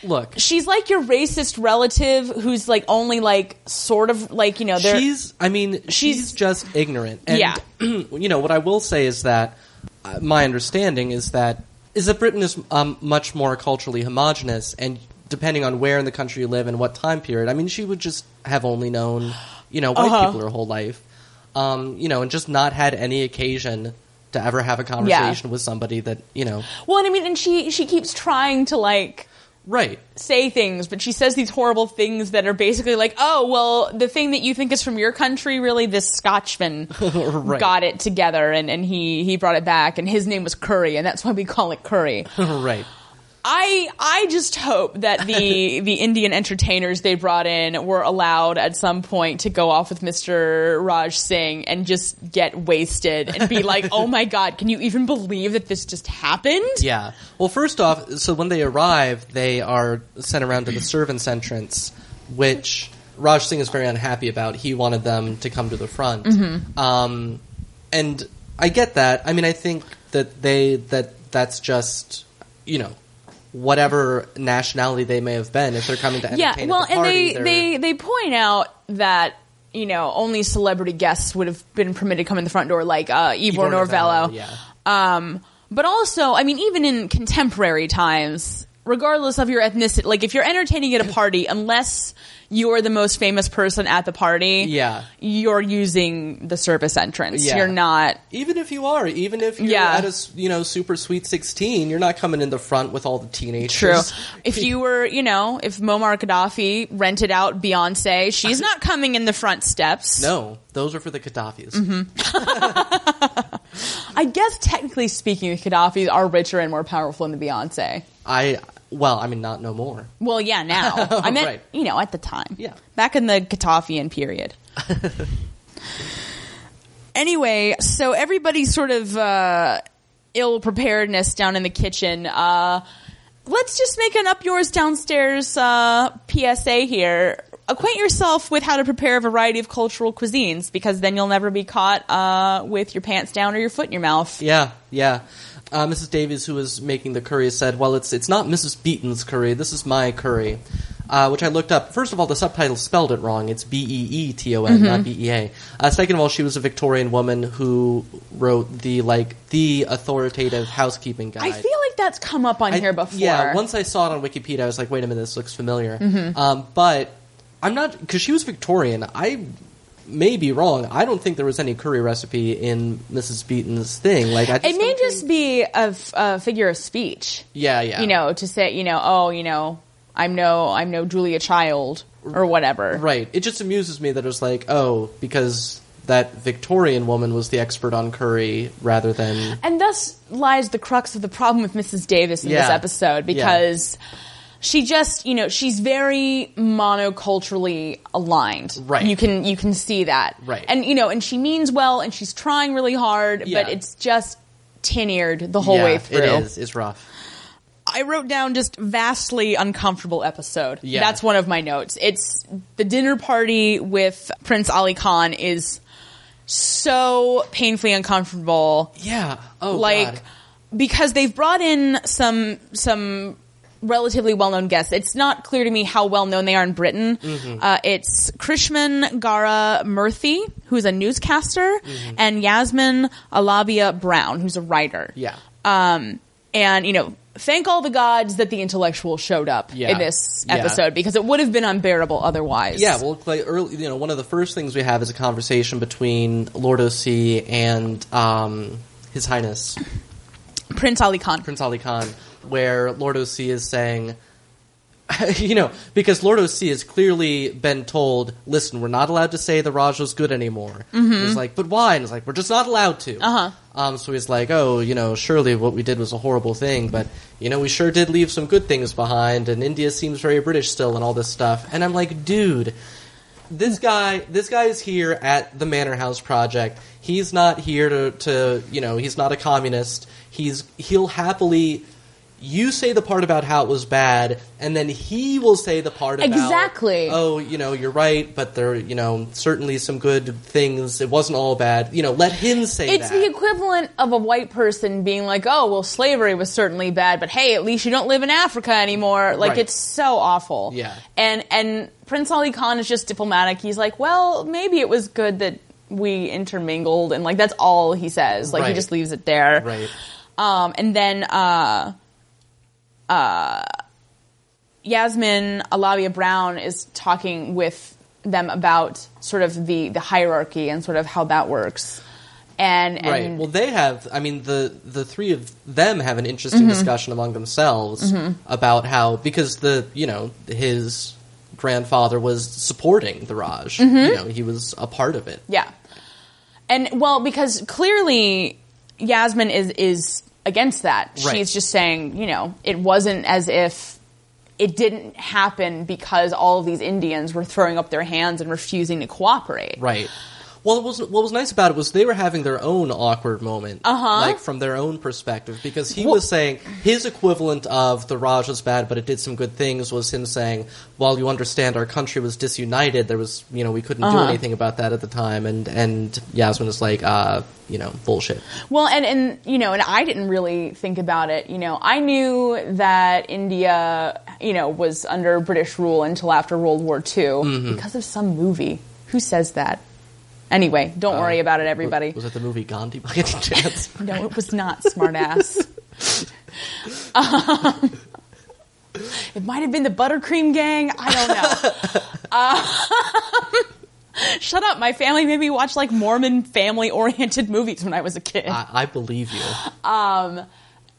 Look,
she's like your racist relative who's like only like sort of like, you know, they're
she's i mean she's,
She's-
just ignorant and
Yeah.
you know what i will say is that uh, my understanding is that is that britain is um, much more culturally homogenous and depending on where in the country you live and what time period i mean she would just have only known you know white
Uh-huh.
people her whole life um, you know and just not had any occasion to ever have a conversation with somebody that you know
Well, and I mean and she she keeps trying to like
right
say things, but she says these horrible things that are basically like, oh, well, the thing that you think is from your country, really, this Scotchman
Right.
got it together and, and he, he brought it back, and his name was Curry, and that's why we call it Curry.
right
I I just hope that the the Indian entertainers they brought in were allowed at some point to go off with Mr. Raj Singh and just get wasted and be like, "Oh my god, can you even believe that this just happened?"
Yeah. Well, first off, so when they arrive, they are sent around to the servants' entrance, which Raj Singh is very unhappy about. He wanted them to come to the front,
Mm-hmm.
um, and I get that. I mean, I think that they that that's just you know whatever nationality they may have been if they're coming to entertain.
yeah well
at the
and
party,
they,
they're-
they they point out that you know only celebrity guests would have been permitted to come in the front door like uh ivor,
Ivor
norvello
Yeah.
um but also i mean even in contemporary times regardless of your ethnicity like if you're entertaining at a party unless you're the most famous person at the party
Yeah.
you're using the service entrance
Yeah.
you're not
Even if you are, even if you're
Yeah.
at a s- you know super sweet sixteen, you're not coming in the front with all the teenagers.
True. If you were, you know, if Muammar Gaddafi rented out Beyonce, she's not coming in the front steps.
No, those are for the Gaddafis.
I guess technically speaking, the Qaddafi's are richer and more powerful than the Beyonce.
I well, I mean, not no more.
Well, yeah, now. I meant,
Right.
you know, at the time.
Yeah.
Back in the Gaddafian period. anyway, so everybody's sort of uh, ill preparedness down in the kitchen. Uh, let's just make an up yours downstairs uh, PSA here. Acquaint yourself with how to prepare a variety of cultural cuisines because then you'll never be caught uh, with your pants down or your foot in your mouth.
Yeah, yeah. Uh, Mrs. Davies, who was making the curry, said, "Well, it's it's not Mrs. Beaton's curry. This is my curry." Uh, which I looked up. First of all, the subtitle spelled it wrong. It's B E E T O N, not B E A. Uh, second of all, she was a Victorian woman who wrote the like the authoritative housekeeping guide.
I feel like that's come up on
I-
here before. Mm-hmm.
Yeah, once I saw it on Wikipedia, I was like, wait a minute, this looks familiar. Um, but I'm not because she was Victorian. I may be wrong. I don't think there was any curry recipe in Mrs. Beaton's thing. Like, I just
It may
don't
just
think-
be a, f- a figure of speech,
yeah, yeah,
you know, to say, you know, oh, you know, I'm no, I'm no Julia Child or whatever.
right. It just amuses me that it was like, oh, because that Victorian woman was the expert on curry rather than
And thus lies the crux of the problem with Mrs. Davis in this
Yeah.
episode
Yeah.
because she just, you know, she's very monoculturally aligned.
Right.
You can you can see that.
Right.
And you know, and she means well and she's trying really hard,
Yeah.
but it's just tin-eared the whole
Yeah,
way through.
It is. It's rough.
I wrote down just vastly uncomfortable episode.
Yeah.
That's one of my notes. It's the dinner party with Prince Ali Khan is so painfully uncomfortable.
Yeah. Oh,
like
God.
because they've brought in some some relatively well-known guests. It's not clear to me how well-known they are in Britain.
Mm-hmm.
Uh, it's Krishman Gara Murthy, who's a newscaster,
Mm-hmm.
and Yasmin Alabia Brown, who's a writer.
Yeah.
Um, and you know, thank all the gods that the intellectual showed up
Yeah.
in this
Yeah.
episode because it would have been unbearable otherwise.
Yeah, well, like early, you know, one of the first things we have is a conversation between Lord O.C. and um, His Highness
Prince Ali Khan.
Prince Ali Khan, where Lord O.C. is saying, you know, because Lord OC has clearly been told, listen, we're not allowed to say the Raja's good anymore. He's like, but why? And he's like, we're just not allowed to.
Uh-huh.
Um, so he's like, oh, you know, surely what we did was a horrible thing, but, you know, we sure did leave some good things behind, and India seems very British still and all this stuff. And I'm like, dude, this guy, this guy is here at the Manor House Project. He's not here to, to you know, he's not a communist. He's, he'll happily, you say the part about how it was bad, and then he will say the part about
Exactly.
Oh, you know, you're right, but there, you know, certainly some good things. It wasn't all bad. You know, let him say
It's
that.
the equivalent of a white person being like, "Oh, well, slavery was certainly bad, but hey, at least you don't live in Africa anymore." Like
Right.
it's so awful.
Yeah.
And and Prince Ali Khan is just diplomatic. He's like, "Well, maybe it was good that we intermingled," and like that's all he says. Like he
Right.
just leaves it there.
right.
Um, and then uh, uh, Yasmin Alavia Brown is talking with them about sort of the, the hierarchy and sort of how that works. And, and
Right. Well, they have. I mean, the the three of them have an interesting discussion among themselves about how because the you know his grandfather was supporting the Raj. You know, he was a part of it.
yeah. And well, because clearly Yasmin is, is against that.
Right.
She's just saying, you know, it wasn't as if it didn't happen because all of these Indians were throwing up their hands and refusing to cooperate.
Right. Well, it was, what was nice about it was they were having their own awkward moment, uh-huh. like from their own perspective, because he was saying his equivalent of the Raj was bad, but it did some good things. Was him saying, "Well, you understand, our country was disunited. There was, you know, we couldn't do
Uh-huh.
anything about that at the time." And and Yasmin was like, uh, "You know, bullshit."
Well, and and you know, and I didn't really think about it. You know, I knew that India, you know, was under British rule until after World War II
Mm-hmm.
because of some movie. Who says that? Anyway, don't worry about it, everybody.
Uh, Was it the movie Gandhi by any chance?
no, it was not smartass. Um, it might have been the buttercream gang. I don't know. Uh, shut up! My family made me watch like Mormon family-oriented movies when I was a kid.
I, I believe you.
Um,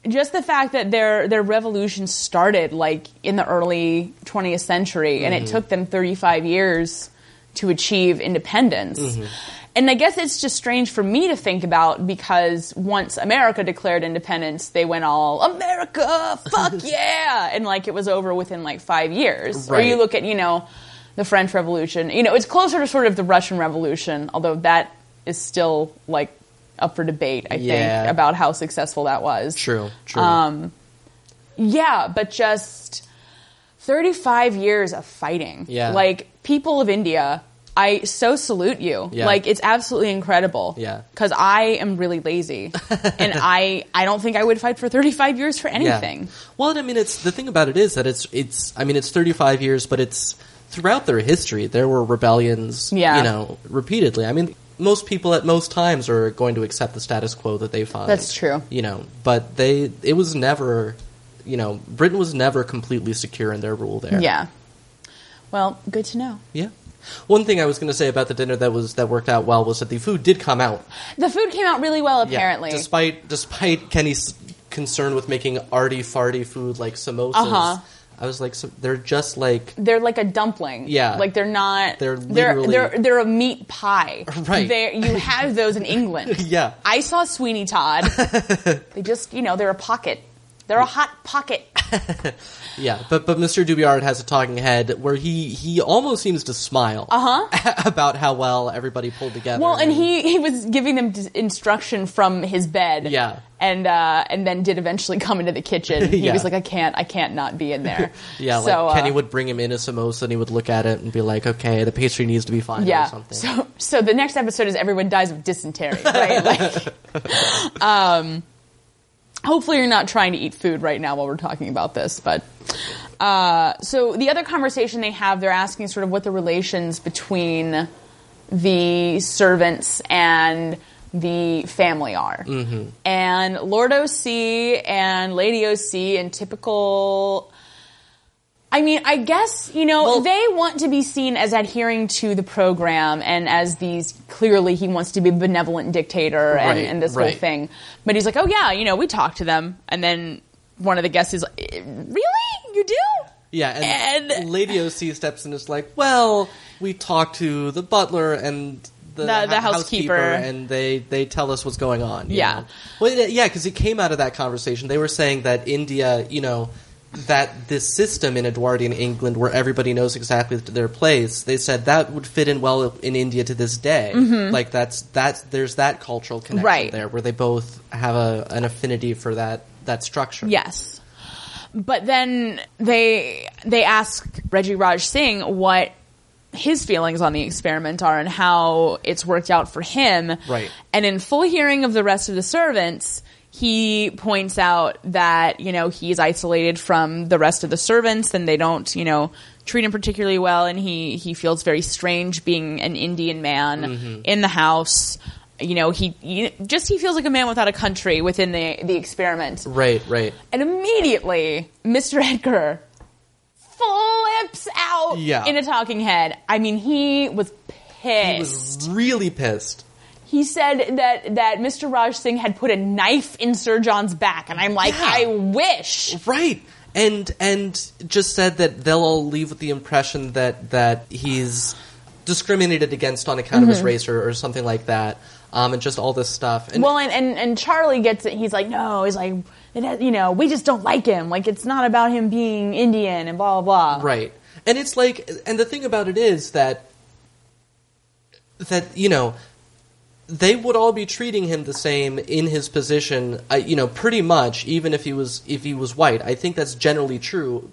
just the fact that their their revolution started like in the early 20th century and it took them 35 years to achieve independence. And I guess it's just strange for me to think about because once America declared independence, they went all America, fuck yeah, and like it was over within like 5 years. Or you
Right.
look at, you know, the French Revolution. You know, it's closer to sort of the Russian Revolution, although that is still like up for debate, I
Yeah.
think, about how successful that was.
True. True.
Um, yeah, but just 35 years of fighting.
Yeah.
Like, people of India, I so salute you.
Yeah.
Like, it's absolutely incredible.
Yeah.
Because I am really lazy. and I, I don't think I would fight for 35 years for anything.
Well, and I mean, it's the thing about it is that it's it's. I mean, it's 35 years, but it's throughout their history there were rebellions.
Yeah.
you know, repeatedly. I mean, most people at most times are going to accept the status quo that they find.
That's true.
You know, but they it was never. You know, Britain was never completely secure in their rule there.
Yeah. Well, good to know.
yeah. One thing I was going to say about the dinner that was that worked out well was that the food did come out.
The food came out really well,
Yeah,
apparently.
despite despite Kenny's concern with making arty farty food like samosas,
Uh-huh.
I was like, so they're just like
they're like a dumpling.
Yeah.
like they're not.
They're
they're
literally-
they're, they're a meat pie.
Right.
They're, you have those in England.
Yeah.
I saw Sweeney Todd. they just you know they're a pocket. They're a hot pocket.
yeah. But but Mr. Dubiard has a talking head where he he almost seems to smile uh-huh. about how well everybody pulled together.
Well, and he he was giving them d- instruction from his bed.
Yeah.
And uh, and then did eventually come into the kitchen. He
Yeah.
was like, I can't, I can't not be in there.
yeah,
So
like Kenny
uh,
would bring him in a samosa and he would look at it and be like, okay, the pastry needs to be fine or
Yeah.
something.
So so the next episode is everyone dies of dysentery, right? like, um, hopefully you're not trying to eat food right now while we're talking about this, but. Uh, so the other conversation they have, they're asking sort of what the relations between the servants and the family are. Mm-hmm. And Lord OC and Lady OC and typical. I mean, I guess, you know,
Well-
they want to be seen as adhering to the program and as these clearly he wants to be a benevolent dictator and,
Right,
and this whole
right.
thing. But he's like, oh, yeah, you know, we talk to them. And then one of the guests is like, "Eh, really? You do?
Yeah, and, Lady OC steps in and is like, well, we talked to the butler and the,
The- the
hou-
housekeeper.
and they, they tell us what's going on. you
Yeah.
know? Well, it- yeah, because it came out of that conversation. They were saying that India, you know, that this system in Edwardian England where everybody knows exactly their place, they said that would fit in well in India to this day. Like, that's, that's, there's that cultural connection
Right.
there where they both have a, an affinity for that, that structure.
Yes.
But then they they ask Reggie Raj Singh what his feelings on the experiment are and how it's worked out for him.
Right.
And in full hearing of the rest of the servants, he points out that, you know, he's isolated from the rest of the servants and they don't, you know, treat him particularly well and he he feels very strange being an Indian man in the house. You know, he, he just he feels like a man without a country within the the experiment.
Right, right.
And immediately, Mr. Edgar flips out
Yeah.
in a talking head. I mean, he was pissed. He,
I was really pissed.
said that, that Mr. Raj Singh had put a knife in Sir John's back. And I'm like,
Yeah.
I wish.
Right. And and just said that they'll all leave with the impression that that he's discriminated against on account of his race or, or something like that. Um, and just all this stuff. And
Well, and, and, and Charlie gets it. He's like, no, he's like, it has, you know, we just don't like him. Like, it's not about him being Indian and blah, blah, blah.
right. And it's like and the thing about it is that that, you know, they would all be treating him the same in his position, uh, you know, pretty much, even if he was if he was white. I think that's generally true,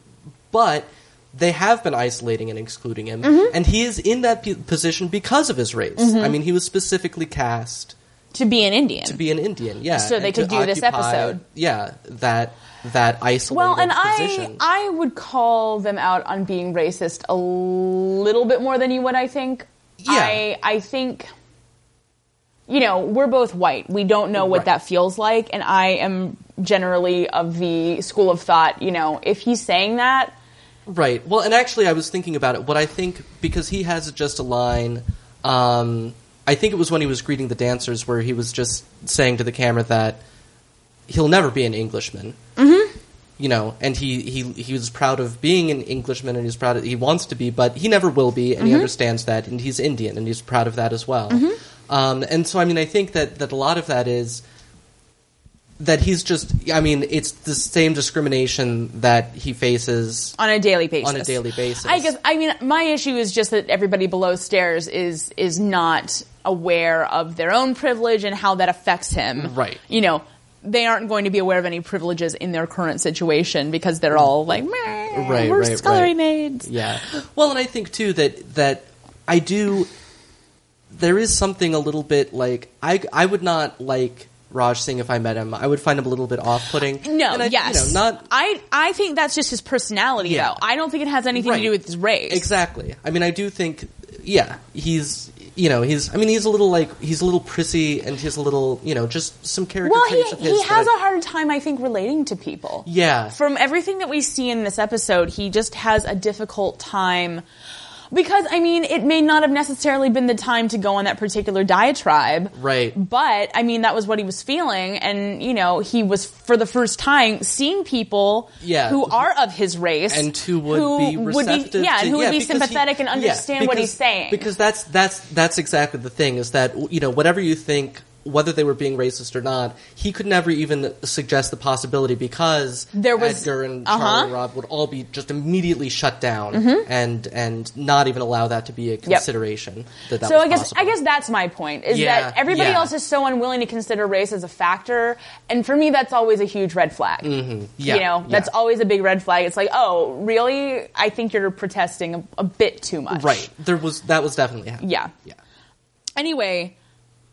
but they have been isolating and excluding him,
Mm-hmm.
and he is in that p- position because of his race. I mean, he was specifically cast
To be an Indian.
to be an Indian, yeah.
So they
and
could
to
do this
occupy,
episode.
yeah. That that isolated
Well, and
position.
I I would call them out on being racist a little bit more than you would. I think.
Yeah.
I I think. You know, we're both white. We don't know what
Right.
that feels like, and I am generally of the school of thought. You know, if he's saying that,
Right. Well, and actually, I was thinking about it. What I think, because he has just a line, um, I think it was when he was greeting the dancers where he was just saying to the camera that he'll never be an Englishman. Mm-hmm. You know, and he, he, he was proud of being an Englishman and he's proud of, he wants to be, but he never will be, and he understands that, and he's Indian, and he's proud of that as well. Um, and so, I mean, I think that, that a lot of that is that he's just, I mean, it's the same discrimination that he faces
on a daily basis.
On a daily basis.
I guess I mean my issue is just that everybody below stairs is is not aware of their own privilege and how that affects him.
Right.
You know, they aren't going to be aware of any privileges in their current situation because they're all like, "Meh,
Right,
we're
right,
scullery
right.
maids.
Yeah. Well, and I think too that that I do. There is something a little bit like I I would not like Raj Singh if I met him. I would find him a little bit off putting.
Uh, No,
and I,
yes.
You know, not
I I think that's just his personality
Yeah.
though. I don't think it has anything
Right.
to do with his race.
exactly. I mean, I do think. Yeah, he's you know he's I mean he's a little like he's a little prissy and he's a little you know just some character
Well, he
traits of his.
he has
that
a hard time I think relating to people.
yeah
from everything that we see in this episode, he just has a difficult time. Because, I mean, it may not have necessarily been the time to go on that particular diatribe.
Right.
But, I mean, that was what he was feeling. And, you know, he was, for the first time, seeing people
Yeah.
who are of his race.
and who would be receptive
yeah,
to-
and who would be
because he-
sympathetic and
yeah,
understand what
because-
he's saying.
because that's that's that's exactly the thing is that you know whatever you think whether they were being racist or not he could never even suggest the possibility because
There was-
Edgar and
uh-huh. Mm-hmm.
Charlie and Rob would all be just immediately shut down and and not even allow that to be a consideration that that
so
was
I guess
possible.
I guess that's my point is
Yeah,
that everybody
yeah.
else is so unwilling to consider race as a factor, and for me that's always a huge red flag.
Mm-hmm. yeah,
you know, that's
yeah.
always a big red flag. It's like, oh, really? I think you're protesting a, a bit too much.
right there was that was definitely happening.
Yeah.
yeah
Anyway,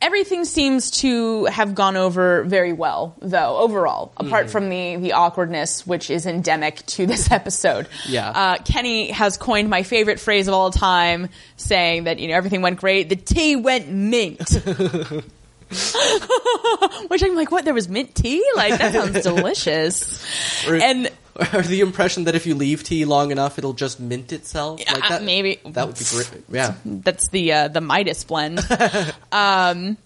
everything seems to have gone over very well, though, overall,
Mm-hmm.
apart from the, the awkwardness, which is endemic to this episode.
Yeah.
Uh, Kenny has coined my favorite phrase of all time, saying that, you know, everything went great. The tea went mint. Which I'm like, what? There was mint tea? Like, that sounds delicious.
Or-
And
or the impression that if you leave tea long enough, it'll just mint itself. Like
Uh,
that,
maybe.
that would be great. Yeah,
That's the uh, the Midas blend. um,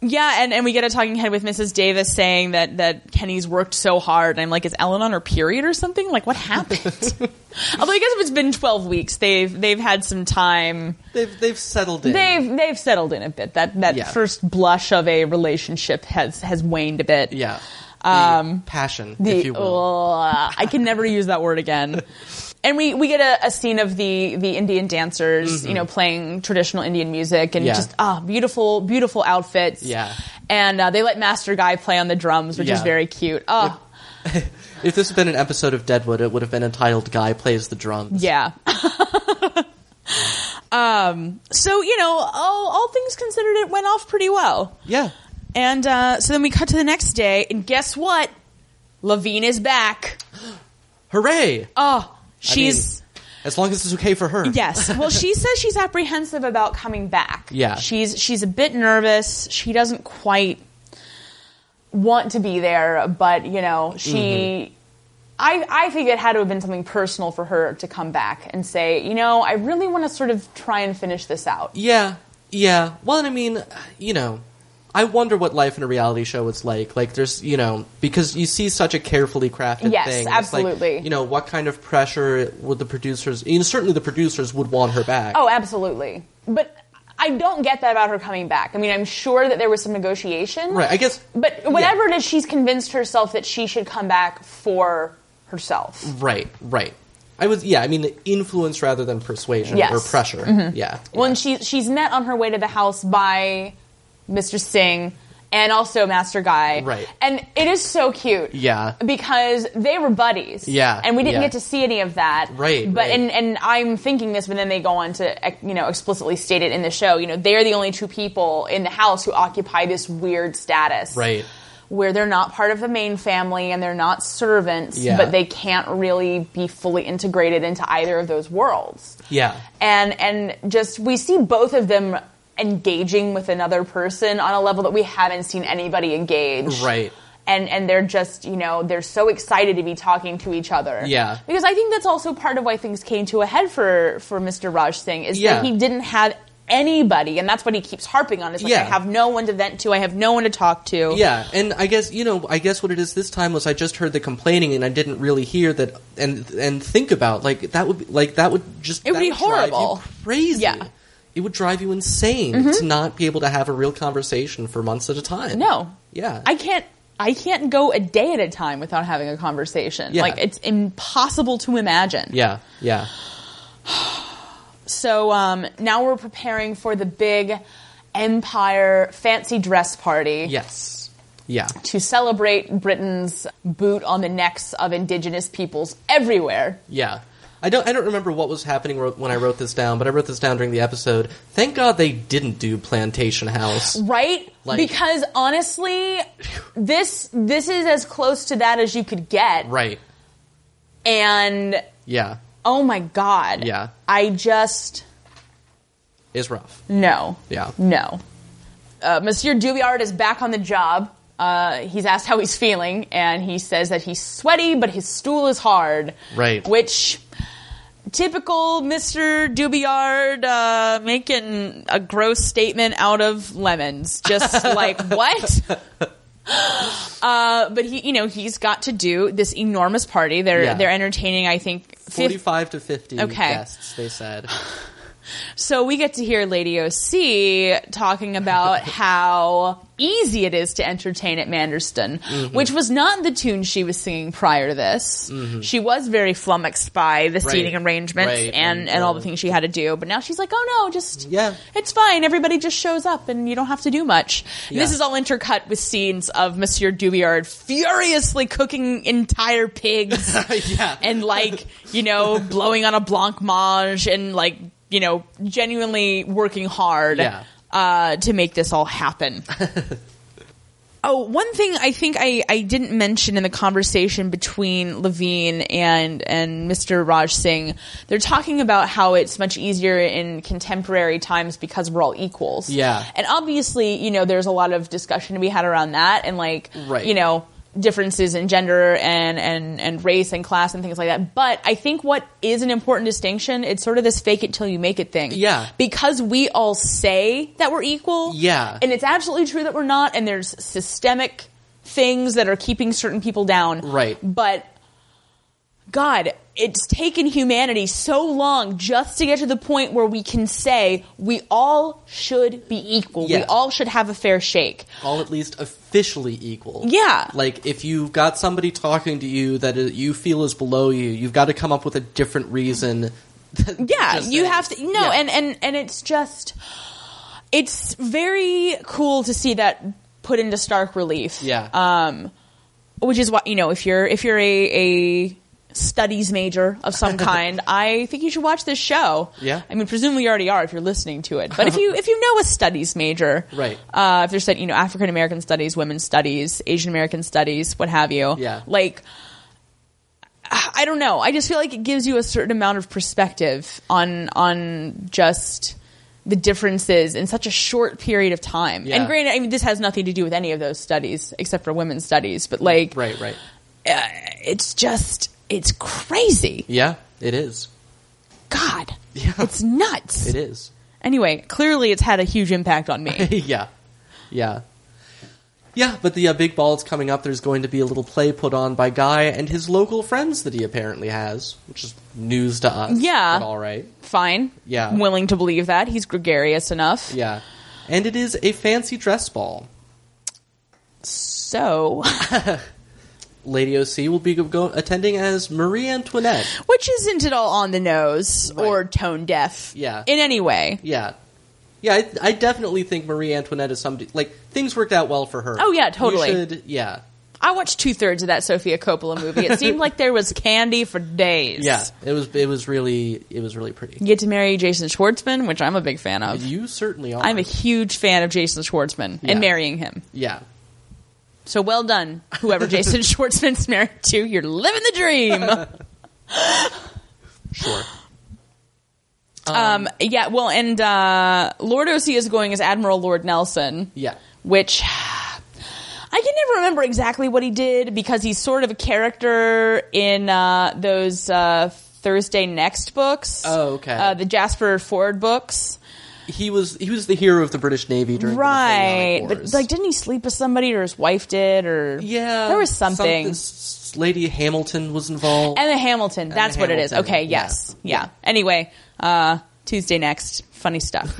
Yeah, and, and we get a talking head with Mrs. Davis saying that, that Kenny's worked so hard, and I'm like, is Ellen on her period or something? Like, what happened? Although I guess if it's been 12 weeks, they've they've had some time.
They've they've settled in.
They've they've settled in a bit. That that
Yeah.
first blush of a relationship has has waned a bit.
yeah. The
Um,
passion,
The-
if you will.
Ugh,
I can never use that word again. And we, we get a, a scene of the, the Indian dancers, you know, playing traditional Indian music and
Mm-hmm. Yeah.
just, ah, beautiful, beautiful outfits.
Yeah.
And uh, they let Master Guy play on the drums, which is
Yeah.
very cute. Oh,
If this had been an episode of Deadwood, it would have been entitled "Guy Plays the Drums."
yeah. um, so, you know, all, all things considered, it went off pretty well.
Yeah.
And uh, so then we cut to the next day, and guess what? Levine is back.
Hooray!
Oh,
I
she's.
mean, as long as it's okay for her.
Yes. Well, she says she's apprehensive about coming back.
Yeah.
She's she's a bit nervous. She doesn't quite
want to be there, but you know she.
Mm-hmm.
I, I think it had to have been something personal for her to come back and say, you know, I really want to sort of try and finish this out.
Yeah, yeah. Well, and I mean, you know, I wonder what life in a reality show is like. Like, there's, you know, because you see such a carefully crafted
Yes,
thing. It's
absolutely.
Like, you know, what kind of pressure would the producers? You know, certainly the producers would want her back.
Oh, absolutely. But I don't get that about her coming back. I mean, I'm sure that there was some negotiation.
right. I guess.
But whatever it is, she's convinced herself that she should come back for herself.
Right. Right. I was. Yeah. I mean, influence rather than persuasion
Yes.
or pressure.
Mm-hmm.
Yeah.
Well,
yeah.
and she she's met on her way to the house by Mr. Singh and also Master Guy.
Right.
And it is so cute.
Yeah.
Because they were buddies.
Yeah,
And we didn't
yeah.
get to see any of that.
Right,
But
right.
and and I'm thinking this, but then they go on to ec- you know explicitly state it in the show. You know, they are the only two people in the house who occupy this weird status.
Right.
Where they're not part of the main family and they're not servants,
Yeah.
but they can't really be fully integrated into either of those worlds
Yeah.
and and just we see both of them engaging with another person on a level that we haven't seen anybody engage
Right.
and and they're just you know they're so excited to be talking to each other
Yeah.
because i think that's also part of why things came to a head for for mr raj singh is
Yeah.
that he didn't have anybody and that's what he keeps harping on is like
Yeah.
i have no one to vent to i have no one to talk to
Yeah, and I guess you know, I guess what it is this time was I just heard the complaining and I didn't really hear that and and think about like that would be like that would just
It would
that
be
drive you
horrible.
crazy.
Yeah. Mm-hmm.
It would drive you insane to not be able to have a real conversation for months at a time.
No.
Yeah.
I can't I can't go a day at a time without having a conversation.
Yeah.
Like it's impossible to imagine.
yeah. Yeah.
So um, now we're preparing for the big empire fancy dress party
Yes. Yeah.
to celebrate Britain's boot on the necks of indigenous peoples everywhere.
Yeah. I don't I don't remember what was happening ro- when I wrote this down, but I wrote this down during the episode. Thank God they didn't do Plantation House.
Right?
Like-
because honestly, this this is as close to that as you could get.
Right.
And
Yeah.
oh my god.
Yeah.
I just
Is rough.
no.
Yeah.
No. Uh, Monsieur Dubillard is back on the job. Uh, he's asked how he's feeling, and he says that he's sweaty, but his stool is hard.
Right.
Which, typical Mr. Dubillard uh, making a gross statement out of lemons. Just like, what? Uh, but he, you know, he's got to do this enormous party. They're
Yeah.
they're entertaining, I think, 50
45 to 50
Okay.
guests, they said.
So we get to hear Lady OC talking about how easy it is to entertain at Manderston,
Mm-hmm.
which was not the tune she was singing prior to this. She was very flummoxed by the seating arrangements
Mm-hmm. Right,
and, and,
and,
all the
uh,
things she had to do. But now she's like, oh no, just,
Yeah.
it's fine. Everybody just shows up and you don't have to do much. And This
Yeah.
is all intercut with scenes of Monsieur Dubillard furiously cooking entire pigs
yeah.
and like you know blowing on a blancmange and like you know genuinely working hard
Yeah.
uh, to make this all happen oh one thing i think I, I didn't mention in the conversation between levine and and mr raj singh they're talking about how it's much easier in contemporary times because we're all equals
Yeah.
and obviously you know there's a lot of discussion to be had around that and like
Right.
you know differences in gender and, and, and race and class and things like that. But I think what is an important distinction, it's sort of this fake it till you make it thing.
Yeah.
Because we all say that we're equal.
Yeah.
And it's absolutely true that we're not. And there's systemic things that are keeping certain people down.
Right.
But God, it's taken humanity so long just to get to the point where we can say we all should be equal. We
Yeah.
all should have a fair shake.
all at least officially equal.
Yeah.
Like if you've got somebody talking to you that uh, you feel is below you, you've got to come up with a different reason. than
yeah
just
you
saying-
have to no
Yeah.
and and and it's just it's very cool to see that put into stark relief Um,
yeah.
which is what you know if you're if you're a a studies major of some kind i think you should watch this show
Yeah.
i mean presumably you already are if you're listening to it but if you if you know a studies major
Right.
uh, if there's you know african american studies women's studies asian american studies what have you
Yeah.
like I I don't know. I just feel like it gives you a certain amount of perspective on on just the differences in such a short period of time.
Yeah.
And granted, I mean this has nothing to do with any of those studies except for women's studies, but like uh,
right, right.
it's just it's crazy.
Yeah, it is.
God.
Yeah.
It's nuts.
It is.
Anyway, clearly it's had a huge impact on me.
yeah. Yeah. Yeah, but the uh, big ball's coming up. There's going to be a little play put on by Guy and his local friends that he apparently has, which is news to us.
Yeah.
But all right.
Fine.
Yeah.
I'm willing to believe that. He's gregarious enough.
Yeah. And it is a fancy dress ball.
So
Lady OC will be go- attending as Marie Antoinette.
which isn't at all on the nose
Right.
or tone deaf.
Yeah.
In any way.
Yeah. Yeah, I, I definitely think Marie Antoinette is somebody. Like, things worked out well for her.
Oh, yeah,
You
totally.
should- yeah.
I watched two thirds of that Sofia Coppola movie. It seemed like there was candy for days.
Yeah. It was, it was really, it was really pretty.
You get to marry Jason Schwartzman, which I'm a big fan of.
You certainly are.
I'm a huge fan of Jason Schwartzman
Yeah.
and marrying him.
Yeah.
So well done, whoever Jason Schwartzman's married to. You're living the dream.
Um, Sure.
Um, yeah, well, and uh, Lord Osea is going as Admiral Lord Nelson.
Yeah.
which I can never remember exactly what he did because he's sort of a character in uh, those uh, Thursday Next books.
Oh, okay.
Uh, the Jasper Ford books,
he was he was the hero of the British Navy during
right?
the Napoleonic
But
Wars.
like, didn't he sleep with somebody, or his wife did, or
yeah,
there was something.
s- Lady Hamilton was involved.
Emma Hamilton, that's what it is.
Hamilton,
Okay,
yeah.
yes, yeah. Anyway, uh, Tuesday next, funny stuff.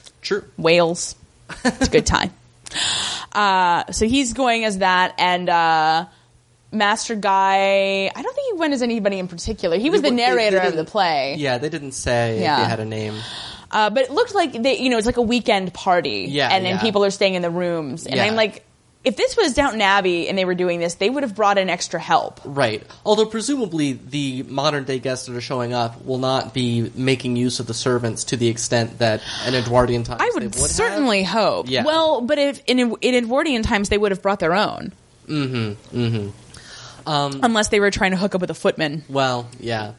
True.
Wales. It's a good time. Uh, so he's going as that, and uh, Master Guy. I don't think he went as anybody in particular. He was the
They- they
narrator of
didn't-
the play.
Yeah, they didn't say
Yeah.
if they had a name.
Uh, but it looked like they, you know, it's like a weekend party,
Yeah,
and then
yeah.
people are staying in the rooms, and
Yeah.
I'm like. If this was Downton Abbey and they were doing this, they would have brought in extra help.
Right. Although presumably the modern day guests that are showing up will not be making use of the servants to the extent that an Edwardian times
I
they
would,
would have.
certainly hope.
Yeah.
Well, but if in, in Edwardian times they would have brought their own, mm-hmm,
Mm.
mm-hmm. unless they were trying to hook up with a footman.
Well, yeah.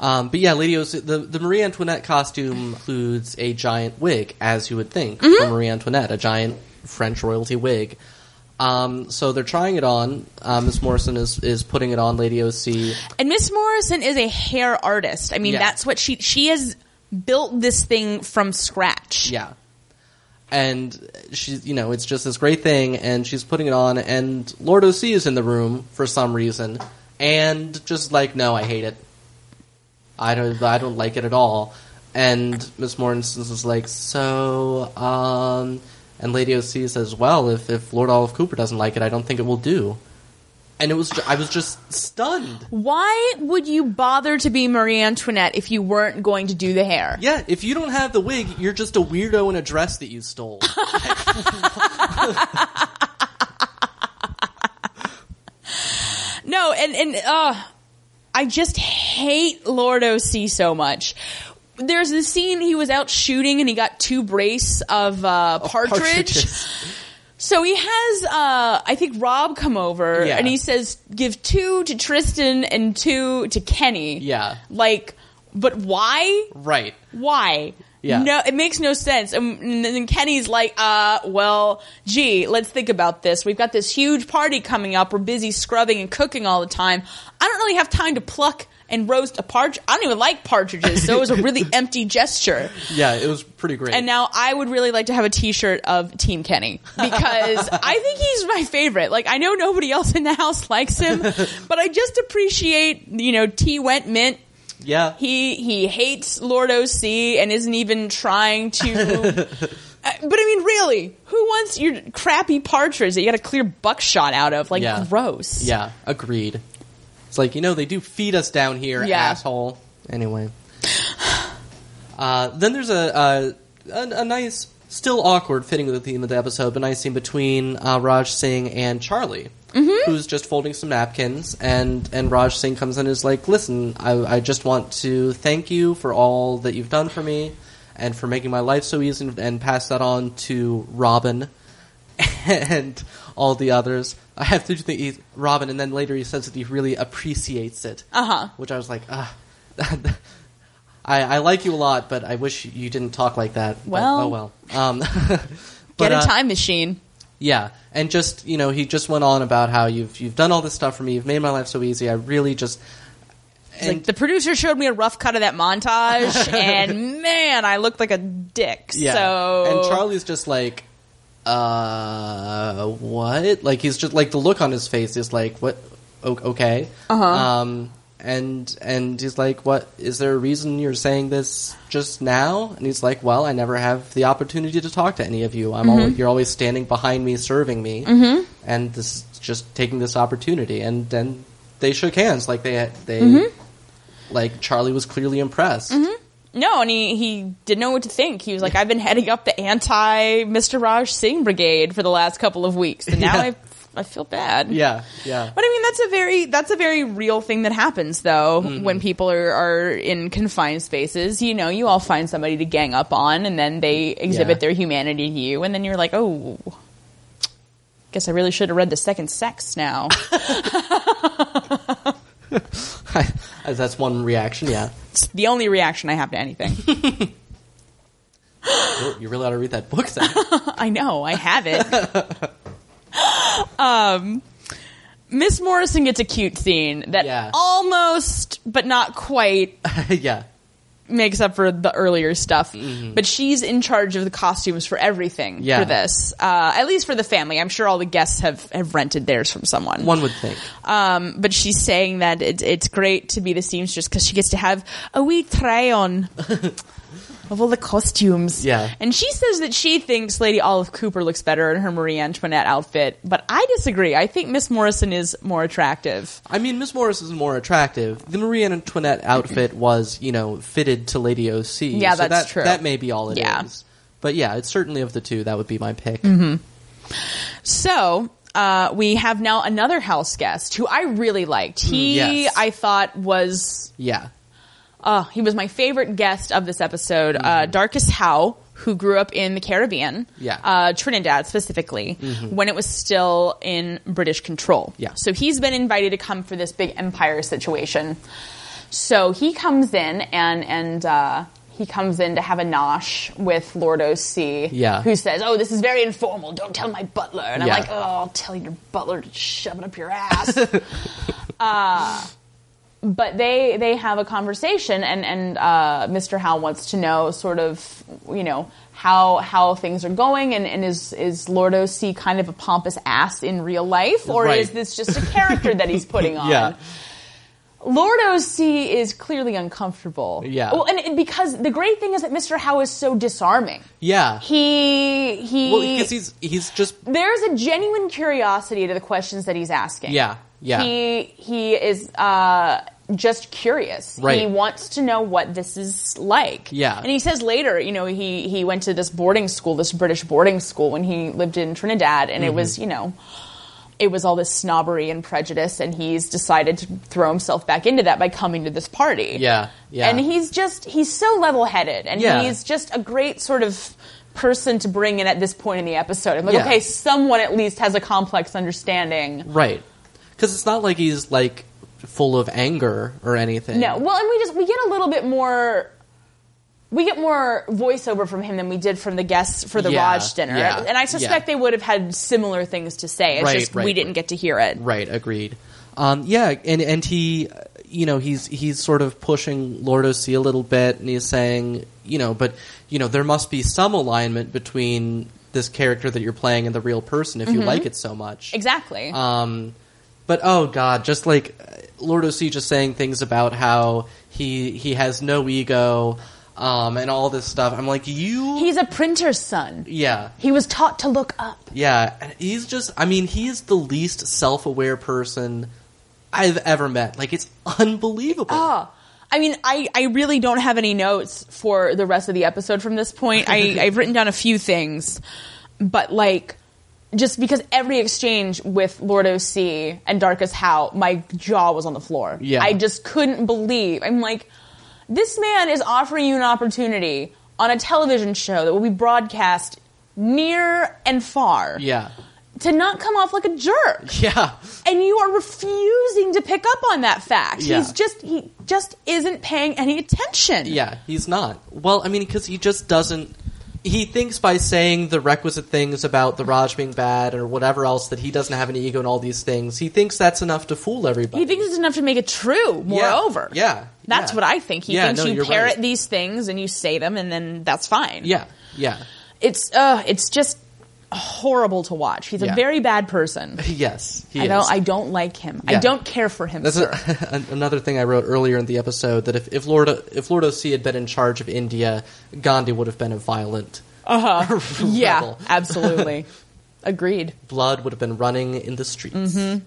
Um, but yeah, Lady O's, the, the Marie Antoinette costume includes a giant wig, as you would think, for Marie Antoinette, a giant French royalty wig. Um, so they're trying it on. Uh, Miss Morrison is, is putting it on Lady OC.
And Miss Morrison is a hair artist. I mean,
Yeah.
that's what she she has built this thing from scratch.
Yeah. And she's, you know, it's just this great thing, and she's putting it on, and Lord OC is in the room for some reason, and just like, no, I hate it. I don't, I don't like it at all. And Miss Morrison is like, so, um, and Lady OC says, well, if, if Lord Olive Cooper doesn't like it, I don't think it will do. And it was, ju- I was just stunned.
Why would you bother to be Marie Antoinette if you weren't going to do the hair?
Yeah, if you don't have the wig, you're just a weirdo in a dress that you stole.
No, and and uh I just hate Lord OC so much. There's the scene he was out shooting and he got two brace of uh, partridge.
Oh, Partridges.
So he has, uh, I think, Rob come over
Yeah.
and he says, give two to Tristan and two to Kenny.
Yeah.
Like, but why?
Right.
Why?
Yeah.
No, it makes no sense. And, and then Kenny's like, uh, well, gee, let's think about this. We've got this huge party coming up. We're busy scrubbing and cooking all the time. I don't really have time to pluck and roast a partridge. I don't even like partridges, so it was a really empty gesture.
Yeah, it was pretty great.
And now I would really like to have a T-shirt of Team Kenny because I think he's my favorite. Like I know nobody else in the house likes him, but I just appreciate you know T went mint.
yeah,
He he hates Lord OC and isn't even trying to. Uh, But I mean, really, who wants your crappy partridge that you got a clear buckshot out of? Like,
Yeah.
gross.
yeah, agreed. It's like you know they do feed us down here,
Yeah.
asshole. Anyway, uh, then there's a, a, a a nice, still awkward, fitting with the theme of the episode, but nice scene between uh, Raj Singh and Charlie,
Mm-hmm.
who's just folding some napkins, and and Raj Singh comes in and is like, "Listen, I, I just want to thank you for all that you've done for me." And for making my life so easy, and- and pass that on to Robin, and all the others. I have to think he's Robin, and then later he says that he really appreciates it.
Uh-huh.
Which I was like, ah. I, I like you a lot, but I wish you didn't talk like that. But,
Well.
oh well. Um, but,
Get a
uh,
time machine.
yeah, and just you know, he just went on about how you've you've done all this stuff for me. You've made my life so easy. I really just
It's like the producer showed me a rough cut of that montage, and man, I looked like a dick. So
and Charlie's just like, uh, what? Like he's just like the look on his face is like, what? O- okay. Uh-huh. Um, and and he's like, what? Is there a reason you're saying this just now? And he's like, well, I never have the opportunity to talk to any of you. I'm always, you're always standing behind me, serving me, mm-hmm. and this is just taking this opportunity. And then they shook hands, like they they. Like Charlie was clearly impressed.
no, and he he didn't know what to think. He was like, "I've been heading up the anti Mr. Raj Singh brigade for the last couple of weeks, and now
Yeah.
I I feel bad."
Yeah, yeah.
But I mean, that's a very that's a very real thing that happens, though,
Mm-hmm.
when people are, are in confined spaces. You know, you all find somebody to gang up on, and then they exhibit
Yeah.
their humanity to you, and then you're like, oh, guess I really should have read the second sex now.
That's one reaction. Yeah.
it's the only reaction I have to anything.
Oh, you really ought to read that book then.
I know, I have it. um, Miss Morrison gets a cute scene that
Yeah.
almost, but not quite,
yeah.
makes up for the earlier stuff. But she's in charge of the costumes for everything
Mm-hmm. Yeah.
for this, uh, at least for the family. I'm sure all the guests have, have rented theirs from someone.
One would think.
Um, but she's saying that it, it's great to be the seamstress because she gets to have a wee try on of all the costumes.
Yeah.
And she says that she thinks Lady Olive Cooper looks better in her Marie Antoinette outfit, but I disagree. I think Miss Morrison is more attractive.
I mean, Miss Morris is more attractive. The Marie Antoinette outfit was, you know, fitted to Lady O.C.
Yeah,
so
that's
that,
true.
That may be all it is.
Yeah. Mm-hmm.
But yeah, it's certainly of the two. That would be my pick.
So uh, we have now another house guest who I really liked. He,
yes.
I thought, was
Yeah.
uh, he was my favorite guest of this episode. Uh, Darkus Howe, who grew up in the Caribbean,
Mm-hmm. Yeah. Mm-hmm.
uh, Trinidad specifically, when it was still in British control.
Yeah.
So he's been invited to come for this big empire situation. So he comes in and and uh, he comes in to have a nosh with Lord OC,
Yeah.
who says, "Oh, this is very informal. Don't tell my butler." And
Yeah.
I'm like, "Oh, I'll tell your butler to shove it up your ass." but they they have a conversation and and uh, Mr. Howe wants to know sort of you know how how things are going and, and is is Lord OC kind of a pompous ass in real life or
Right.
is this just a character that he's putting on?
Yeah.
Lord OC is clearly uncomfortable.
Yeah.
Well, and it, because the great thing is that Mr. Howe is so disarming.
Yeah.
He he.
well, because he's he's just
there's a genuine curiosity to the questions that he's asking.
yeah yeah
He he is uh, just curious.
Right.
He wants to know what this is like.
Yeah.
And he says later, you know, he he went to this boarding school, this British boarding school when he lived in Trinidad, and
Mm-hmm.
it was you know. It was all this snobbery and prejudice, and he's decided to throw himself back into that by coming to this party.
Yeah, yeah.
And he's just, he's so level headed, and
Yeah.
he's just a great sort of person to bring in at this point in the episode. I'm like,
Yeah.
okay, someone at least has a complex understanding
right. Because it's not like he's like full of anger or anything.
No, well, and we just we get a little bit more we get more voiceover from him than we did from the guests for the
Yeah,
Raj dinner,
yeah,
and I suspect
yeah.
they would have had similar things to say. It's
Right,
just we
right,
didn't
right.
get to hear it.
Right, agreed. Um, yeah, and and he, uh, you know, he's he's sort of pushing Lord O'Sea a little bit, and he's saying, you know, but you know, there must be some alignment between this character that you're playing and the real person if you like it so much.
Exactly.
Um, but oh god, just like uh, Lord O'Sea just saying things about how he he has no ego, um, and all this stuff. I'm like, you,
He's a printer's son.
yeah,
He was taught to look up.
yeah, and he's just. I mean, he is the least self-aware person I've ever met. Like, it's unbelievable.
Ah. I mean, I, I really don't have any notes for the rest of the episode from this point. I, I've written down a few things, but like, just because every exchange with Lord O.C. and Darkest How, my jaw was on the floor.
Yeah.
I just couldn't believe. I'm like, this man is offering you an opportunity on a television show that will be broadcast near and far
Yeah,
to not come off like a jerk
yeah,
and you are refusing to pick up on that fact.
Yeah.
He's just he just isn't paying any attention.
yeah. He's not. Well, I mean, because he just doesn't. He thinks by saying the requisite things about the Raj being bad or whatever else that he doesn't have an ego and all these things. He thinks that's enough to fool everybody.
He thinks it's enough to make it true, moreover.
yeah,
That's
yeah.
what I think. He
Yeah,
thinks
no,
you
you're
parrot
right.
these things and you say them and then that's fine.
Yeah, yeah,
It's uh it's just horrible to watch. He's
Yeah.
a very bad person.
yes. He
I don't
is.
I don't like him. I
Yeah.
don't care for him.
That's
sir.
a, an- another thing I wrote earlier in the episode that if, if Lord if Lord O.C. had been in charge of India, Gandhi would have been a violent. Uh-huh.
yeah, absolutely. Agreed.
Blood would have been running in the streets.
Mm-hmm,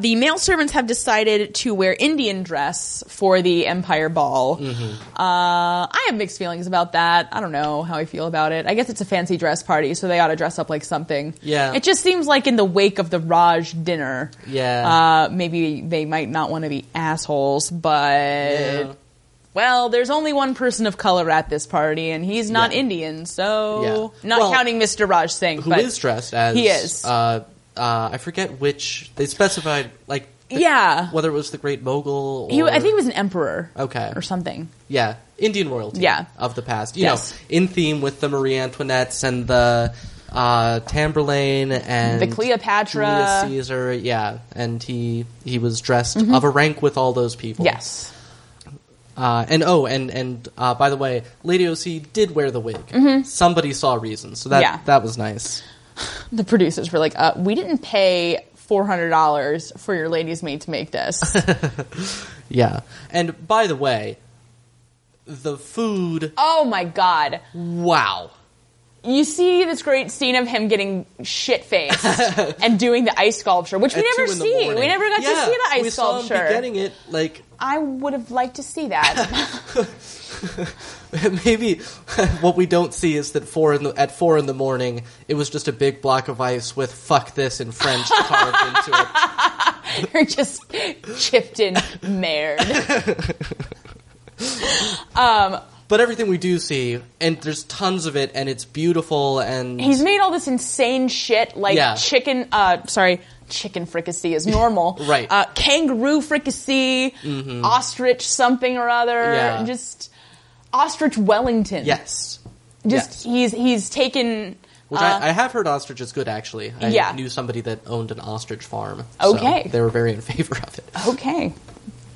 the male servants have decided to wear Indian dress for the Empire Ball.
Mm-hmm.
Uh, I have mixed feelings about that. I don't know how I feel about it. I guess it's a fancy dress party, so they ought to dress up like something.
Yeah.
It just seems like in the wake of the Raj dinner,
Yeah.
uh, maybe they might not want to be assholes, but.
Yeah.
Well, there's only one person of color at this party, and he's not
Yeah.
Indian, so
Yeah.
not
Well,
counting Mr. Raj Singh.
Who
but
is dressed as
He is.
Uh, uh, I forget which they specified like the-
Yeah.
whether it was the Great Mogul. Or,
He, I think he was an emperor.
Okay.
Or something.
yeah Indian royalty
Yeah.
of the past. You
Yes.
know, in theme with the Marie Antoinettes and the uh, Tamburlaine and
The Cleopatra.
Julius Caesar. Yeah, and he he was dressed of a rank with all those people.
Mm-hmm. Yes.
Uh, and oh, and and uh, by the way, Lady OC did wear the wig. Somebody saw reason, so that
Mm-hmm. Yeah.
that was nice.
the producers were like, uh, we didn't pay $400 for your ladies' maid to make this.
Yeah. And by the way, the food.
oh my god.
Wow.
You see this great scene of him getting shit faced and doing the ice sculpture, which we
At
never
two in the
see. We
morning.
never got
Yeah,
to see the ice
we saw him
sculpture.
beginning it like
I would have liked to see that.
maybe what we don't see is that four in the, at four in the morning it was just a big block of ice with "fuck this" in French carved into it.
You're just chipped in mared.
But everything we do see, and there's tons of it, and it's beautiful, and
He's made all this insane shit like
Yeah.
chicken uh sorry, chicken fricassee is normal.
Right. Mm-hmm.
Uh kangaroo fricassee, ostrich something or other,
Yeah.
just ostrich wellington.
yes,
Just
yes.
he's he's taken
Which
uh,
I, I have heard ostrich is good, actually. I
Yeah.
knew somebody that owned an ostrich farm. so
Okay.
they were very in favor of
okay.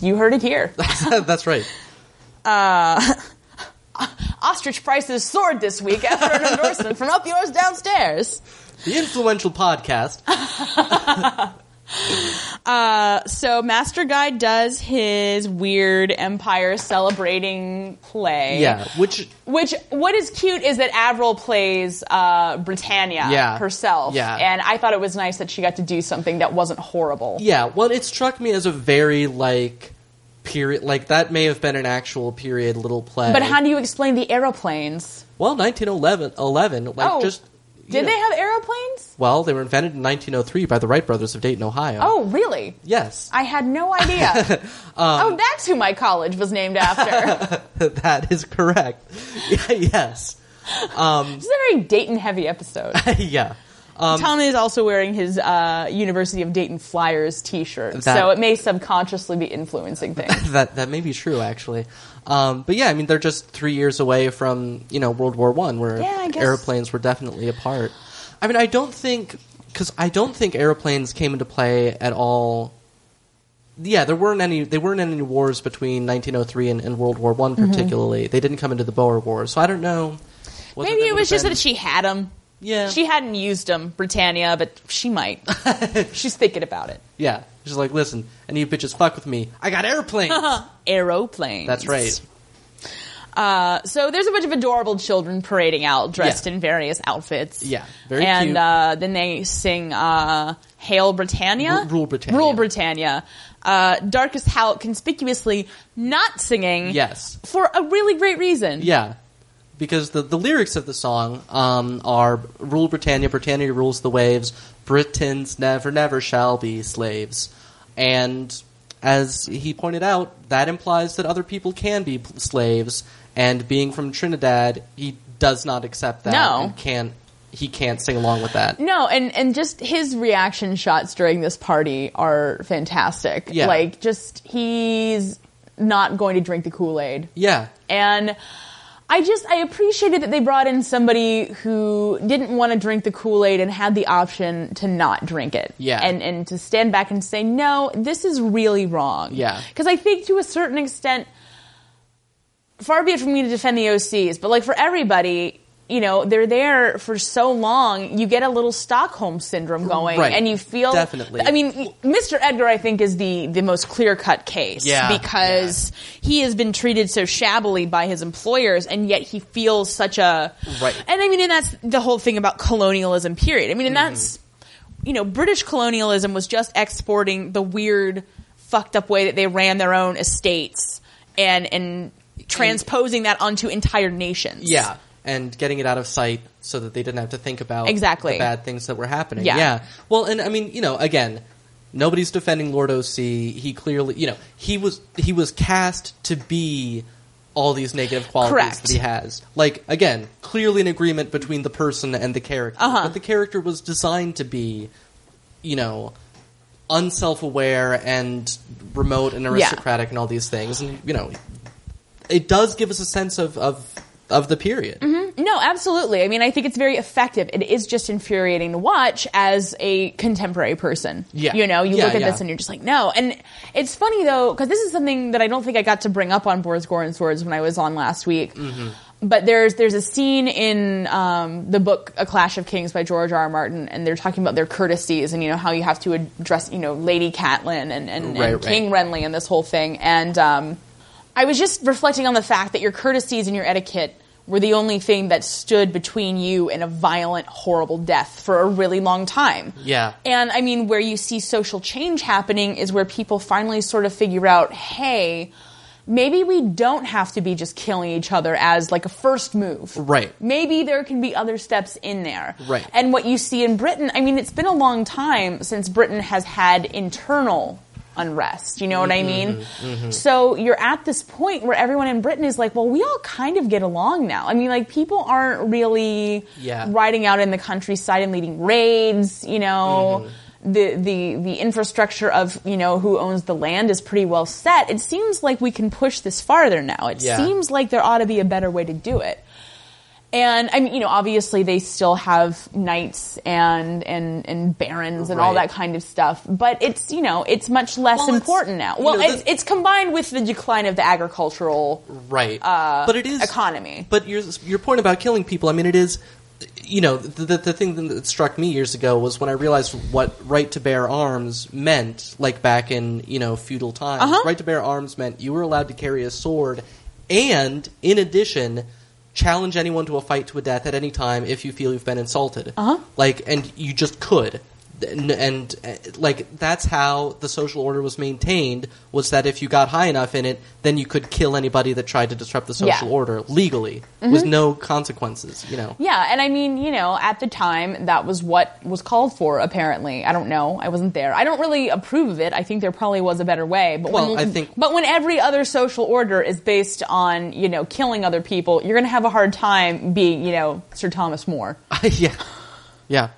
You heard it here.
it. That's right.
ostrich prices soared this week after an endorsement from up yours downstairs.
The influential podcast.
So Master Guy does his weird empire celebrating play.
Yeah, which,
Which what is cute is that Avril plays uh, Britannia
Yeah.
herself,
Yeah.
and I thought it was nice that she got to do something that wasn't horrible.
yeah, well, it struck me as a very, like, period. Like, that may have been an actual period little play.
But how do you explain the aeroplanes?
Well, 1911, 11, like,
Oh,
just. you
Did
know-
they have aeroplanes?
Well, they were invented in 1903 by the Wright brothers of Dayton, Ohio.
Oh, really?
Yes,
I had no idea.
Um,
oh, that's who my college was named after.
that is correct. Yeah, yes.
it's a very Dayton heavy episode.
yeah.
Tom is also wearing his uh, University of Dayton Flyers T-shirt,
That-
so it may subconsciously be influencing things.
that that may be true actually. Um, but yeah, I mean they're just three years away from you know World War One, where
Yeah, I guess-
airplanes were definitely a part. I mean, I don't think because I don't think airplanes came into play at all. Yeah, there weren't any. They weren't any wars between 1903 and, and World War One,
Mm-hmm.
particularly. They didn't come into the Boer War, so I don't know. whether
Maybe
there
it
would've
was just
been-
that she had them.
Yeah.
She hadn't used them, Britannia, but she might.
She's thinking about it.
Yeah, she's like, listen, and you bitches fuck with me. I got airplanes.
Aeroplanes.
That's right.
Uh, so there's a bunch of adorable children parading out, dressed
Yeah.
in various outfits.
Yeah, very
and,
cute.
uh, then they sing uh, "Hail Britannia,"
R- Rule Britannia.
"Rule Britannia." Uh, Darkest Howl conspicuously not singing.
Yes.
for a really great reason.
Yeah, because the the lyrics of the song um, are "Rule Britannia, Britannia rules the waves. Britons never, never shall be slaves." And as he pointed out, that implies that other people can be p- slaves. And being from Trinidad, he does not accept that.
No.
and can't he can't sing along with that.
No, and and just his reaction shots during this party are fantastic.
Yeah.
Like just he's not going to drink the Kool-Aid.
Yeah,
And I just I appreciated that they brought in somebody who didn't want to drink the Kool-Aid and had the option to not drink it.
Yeah.
And and to stand back and say, "No, this is really wrong."
Yeah.
Cuz I think to a certain extent far be it from me to defend the OCs, but like for everybody, you know, they're there for so long, you get a little Stockholm syndrome going,
Right.
and you feel
Definitely.
I mean, Mr. Edgar, I think, is the the most clear cut case
Yeah.
because he has been treated so shabbily by his employers, and yet he feels such a
Right.
And I mean, and that's the whole thing about colonialism. Period. I mean,
Mm-hmm.
and that's you know, British colonialism was just exporting the weird, fucked up way that they ran their own estates and and transposing that onto entire nations.
Yeah, and getting it out of sight so that they didn't have to think about
Exactly.
the bad things that were happening.
Yeah.
Well, and I mean, you know, again, nobody's defending Lord OC. He clearly, you know, he was he was cast to be all these negative qualities
Correct.
that he has. Like again, clearly an agreement between the person and the character.
Uh-huh.
But the character was designed to be, you know, unself-aware and remote and aristocratic and all these things and you know it does give us a sense of of of the period
No, absolutely. I mean, I think it's very effective. It is just infuriating to watch as a contemporary person.
Yeah.
You know, you
Yeah,
look at
yeah.
this and you're just like, no. And it's funny though, because this is something that I don't think I got to bring up on Boris Gorin Swords when I was on last week.
Mm-hmm.
But there's there's a scene in um, the book A Clash of Kings by George R. R. Martin, and they're talking about their courtesies and you know how you have to address you know Lady Catelyn and, and,
Right,
and
right.
King Renly and this whole thing. And um, I was just reflecting on the fact that your courtesies and your etiquette were the only thing that stood between you and a violent, horrible death for a really long time.
Yeah.
And I mean, where you see social change happening is where people finally sort of figure out, hey, maybe we don't have to be just killing each other as like a first move.
Right.
Maybe there can be other steps in there.
Right.
And what you see in Britain, I mean, it's been a long time since Britain has had internal unrest. You know what I
Mm-hmm,
mean? So you're at this point where everyone in Britain is like, well, we all kind of get along now. I mean, like, people aren't really
Yeah.
riding out in the countryside and leading raids, you know.
Mm-hmm.
The, the the infrastructure of you know who owns the land is pretty well set. It seems like we can push this farther now. It
Yeah.
seems like there ought to be a better way to do it. And I mean, you know, obviously they still have knights and and and barons and all
Right.
that kind of stuff, but it's you know it's much less
Well, it's-
important now.
you
Well,
know,
it's,
this-
it's combined with the decline of the agricultural.
right uh, but it is
economy.
but your your point about killing people i mean it is you know the, the, the thing that struck me years ago was when i realized what right to bear arms meant like back in you know feudal times right to bear arms meant you were allowed to carry a sword and in addition challenge anyone to a fight to a death at any time if you feel you've been insulted uh-huh. like and you just could and, and uh, like that's how the social order was maintained was that if you got high enough in it then you could kill anybody that tried to disrupt the social
Yeah.
order legally
Mm-hmm.
with no consequences you know
Yeah, and I mean, you know, at the time that was what was called for. Apparently, I don't know. I wasn't there. I don't really approve of it. I think there probably was a better way. But
Well,
when,
I think-
but when every other social order is based on you know killing other people, you're going to have a hard time being you know Sir Thomas More.
yeah yeah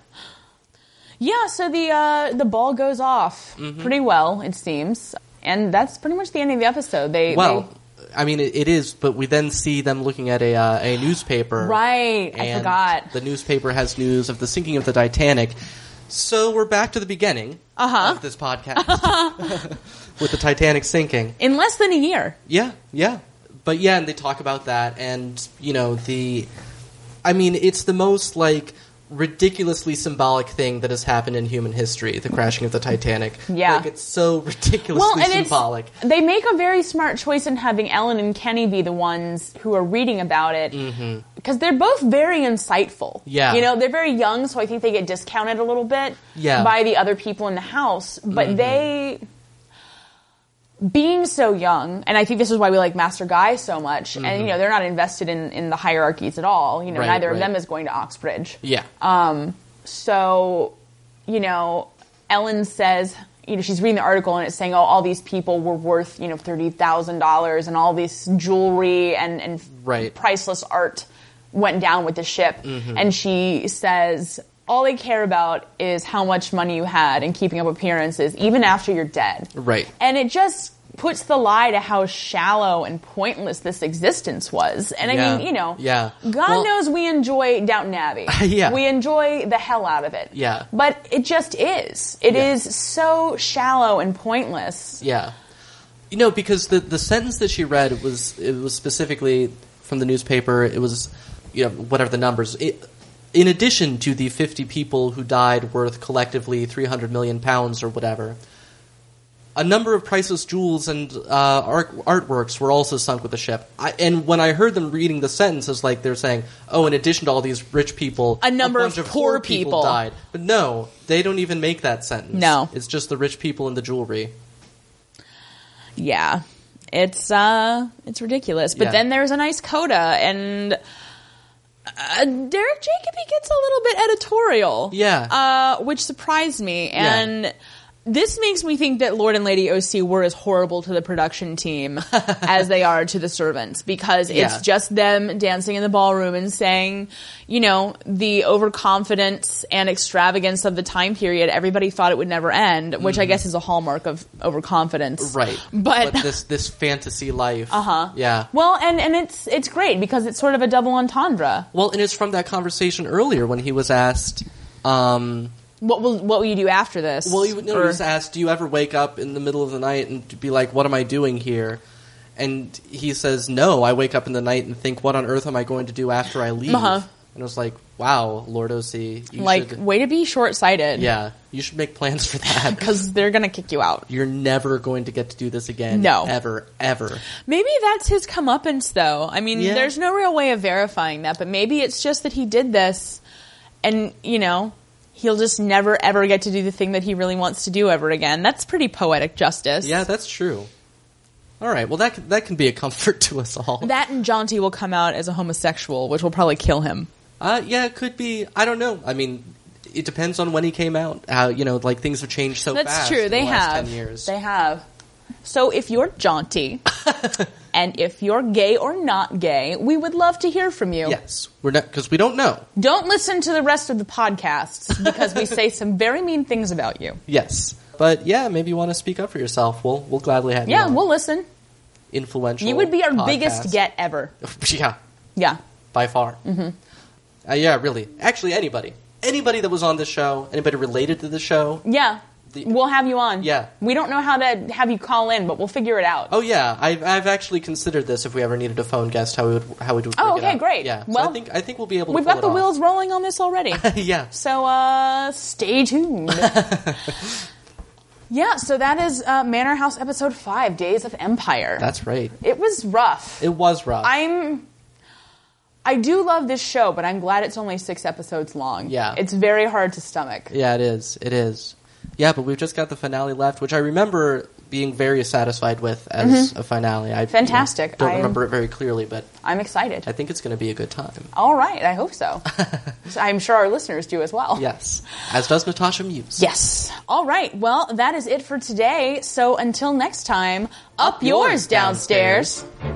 Yeah, so the uh, the ball goes off
Mm-hmm.
pretty well, it seems, and that's pretty much the end of the episode. They
Well,
they-
I mean, it, it is, but we then see them looking at a uh, a newspaper.
Right, I
and
forgot.
The newspaper has news of the sinking of the Titanic. So we're back to the beginning
Uh-huh.
of this podcast with the Titanic sinking.
in less than a year.
Yeah, yeah. But yeah, and they talk about that and, you know, the I mean, it's the most like ridiculously symbolic thing that has happened in human history, the crashing of the Titanic.
Yeah.
Like it's so ridiculously
Well, and
symbolic.
it's they make a very smart choice in having Ellen and Kenny be the ones who are reading about it because they're both very insightful.
Mm-hmm. Yeah.
you know they're very young, so I think they get discounted a little bit
Yeah. Mm-hmm.
by the other people in the house. But they, being so young, and I think this is why we like Master Guy so much. And you know they're not invested in in the hierarchies at all. You know
Mm-hmm. Right,
neither
right.
of them is going to Oxbridge.
Yeah.
So, you know, Ellen says, you know, she's reading the article and it's saying, oh, all these people were worth, you know, $30,000 and all this jewelry and, and
Right. Mm-hmm.
priceless art went down with the ship. And she says, all they care about is how much money you had and keeping up appearances, even after you're dead.
right.
And it just puts the lie to how shallow and pointless this existence was. And I
Yeah.
mean, you know,
Yeah.
God
Well-
knows we enjoy Downton Abbey.
Yeah.
We enjoy the hell out of it.
Yeah.
But it just is. It
Yeah.
is so shallow and pointless.
Yeah. You know, because the the sentence that she read was it was specifically from the newspaper. It was you know whatever the numbers. It, in addition to the 50 people who died worth collectively 300 million pounds or whatever, a number of priceless jewels and uh, art, artworks were also sunk with the ship. I, and when I heard them reading the sentence, it's like they're saying, "Oh, in addition to all these rich people,
A number
bunch
of poor people."
died." But no, they don't even make that sentence.
No.
it's just the rich people and the jewelry.
yeah it's uh it's ridiculous but
Yeah.
then there's a nice coda and uh, derek jacobi gets a little bit editorial
Yeah.
uh which surprised me and This makes me think that Lord and Lady OC were as horrible to the production team as they are to the servants because
Yeah.
it's just them dancing in the ballroom and saying, you know, the overconfidence and extravagance of the time period. Everybody thought it would never end, which
Mm-hmm.
I guess is a hallmark of overconfidence.
right
But,
this this fantasy life uh-huh yeah
Well, and, and it's it's great because it's sort of a double entendre.
well and it's from that conversation earlier when he was asked um
what will what will you do after this?
well he, no, he
Or-
was asked do you ever wake up in the middle of the night and be like what am i doing here and he says no i wake up in the night and think what on earth am i going to do after i leave
Uh-huh.
and i was like wow lord oc you
like
should,
way to be short sighted.
yeah you should make plans for that
because they're gonna kick you out.
you're never going to get to do this again
No.
ever ever
Maybe that's his comeuppance, though. I mean,
Yeah.
there's no real way of verifying that, but maybe it's just that he did this, and you know, he'll just never ever get to do the thing that he really wants to do ever again. That's pretty poetic justice.
yeah that's true all right well that can, that can be a comfort to us all
That and Jaunty will come out as a homosexual, which will probably kill him.
Uh, yeah, it could be. I don't know. I mean, it depends on when he came out. How you know, like things have changed so
That's
fast.
true.
in
They
the last
have.
ten years.
They have.
So if you're Jaunty, and if you're gay or not gay, we would love to hear from you.
yes, we're not because we don't know.
Don't listen to the rest of the podcasts because we say some very mean things about you.
Yes, but yeah, maybe you want to speak up for yourself. We'll we'll gladly have you.
Yeah,
on.
we'll listen.
influential.
You would be our
podcast.
biggest get ever.
yeah,
Yeah.
by far. Mm-hmm. Uh, yeah, really. Actually, anybody, anybody that was on this show, anybody related to the show.
Yeah.
The-
we'll have you on.
Yeah.
We don't know how to have you call in, but we'll figure it out.
Oh yeah, I've I've actually considered this. If we ever needed a phone guest, how we would how we would.
Oh,
work it
okay,
out.
great.
Yeah, so I
Well,
think I think we'll be able.
We've
to
got
pull
the
it off.
wheels rolling on this already.
yeah.
So uh, stay tuned. yeah, so that is uh, Manor House episode five, Days of Empire.
That's right.
it was rough.
It was rough.
I'm. I do love this show, but I'm glad it's only six episodes long.
Yeah.
it's very hard to stomach.
Yeah, it is. It is. Yeah, but we've just got the finale left, which I remember being very satisfied with as a finale. I
Mm-hmm. Fantastic.
Don't
I-
remember it very clearly, but
I'm excited.
I think it's going to be a good time.
All right, I hope so. So I'm sure our listeners do as well.
Yes, as does Natasha Muse.
Yes. All right. Well, that is it for today. So until next time, up, yours,
yours, downstairs.
downstairs.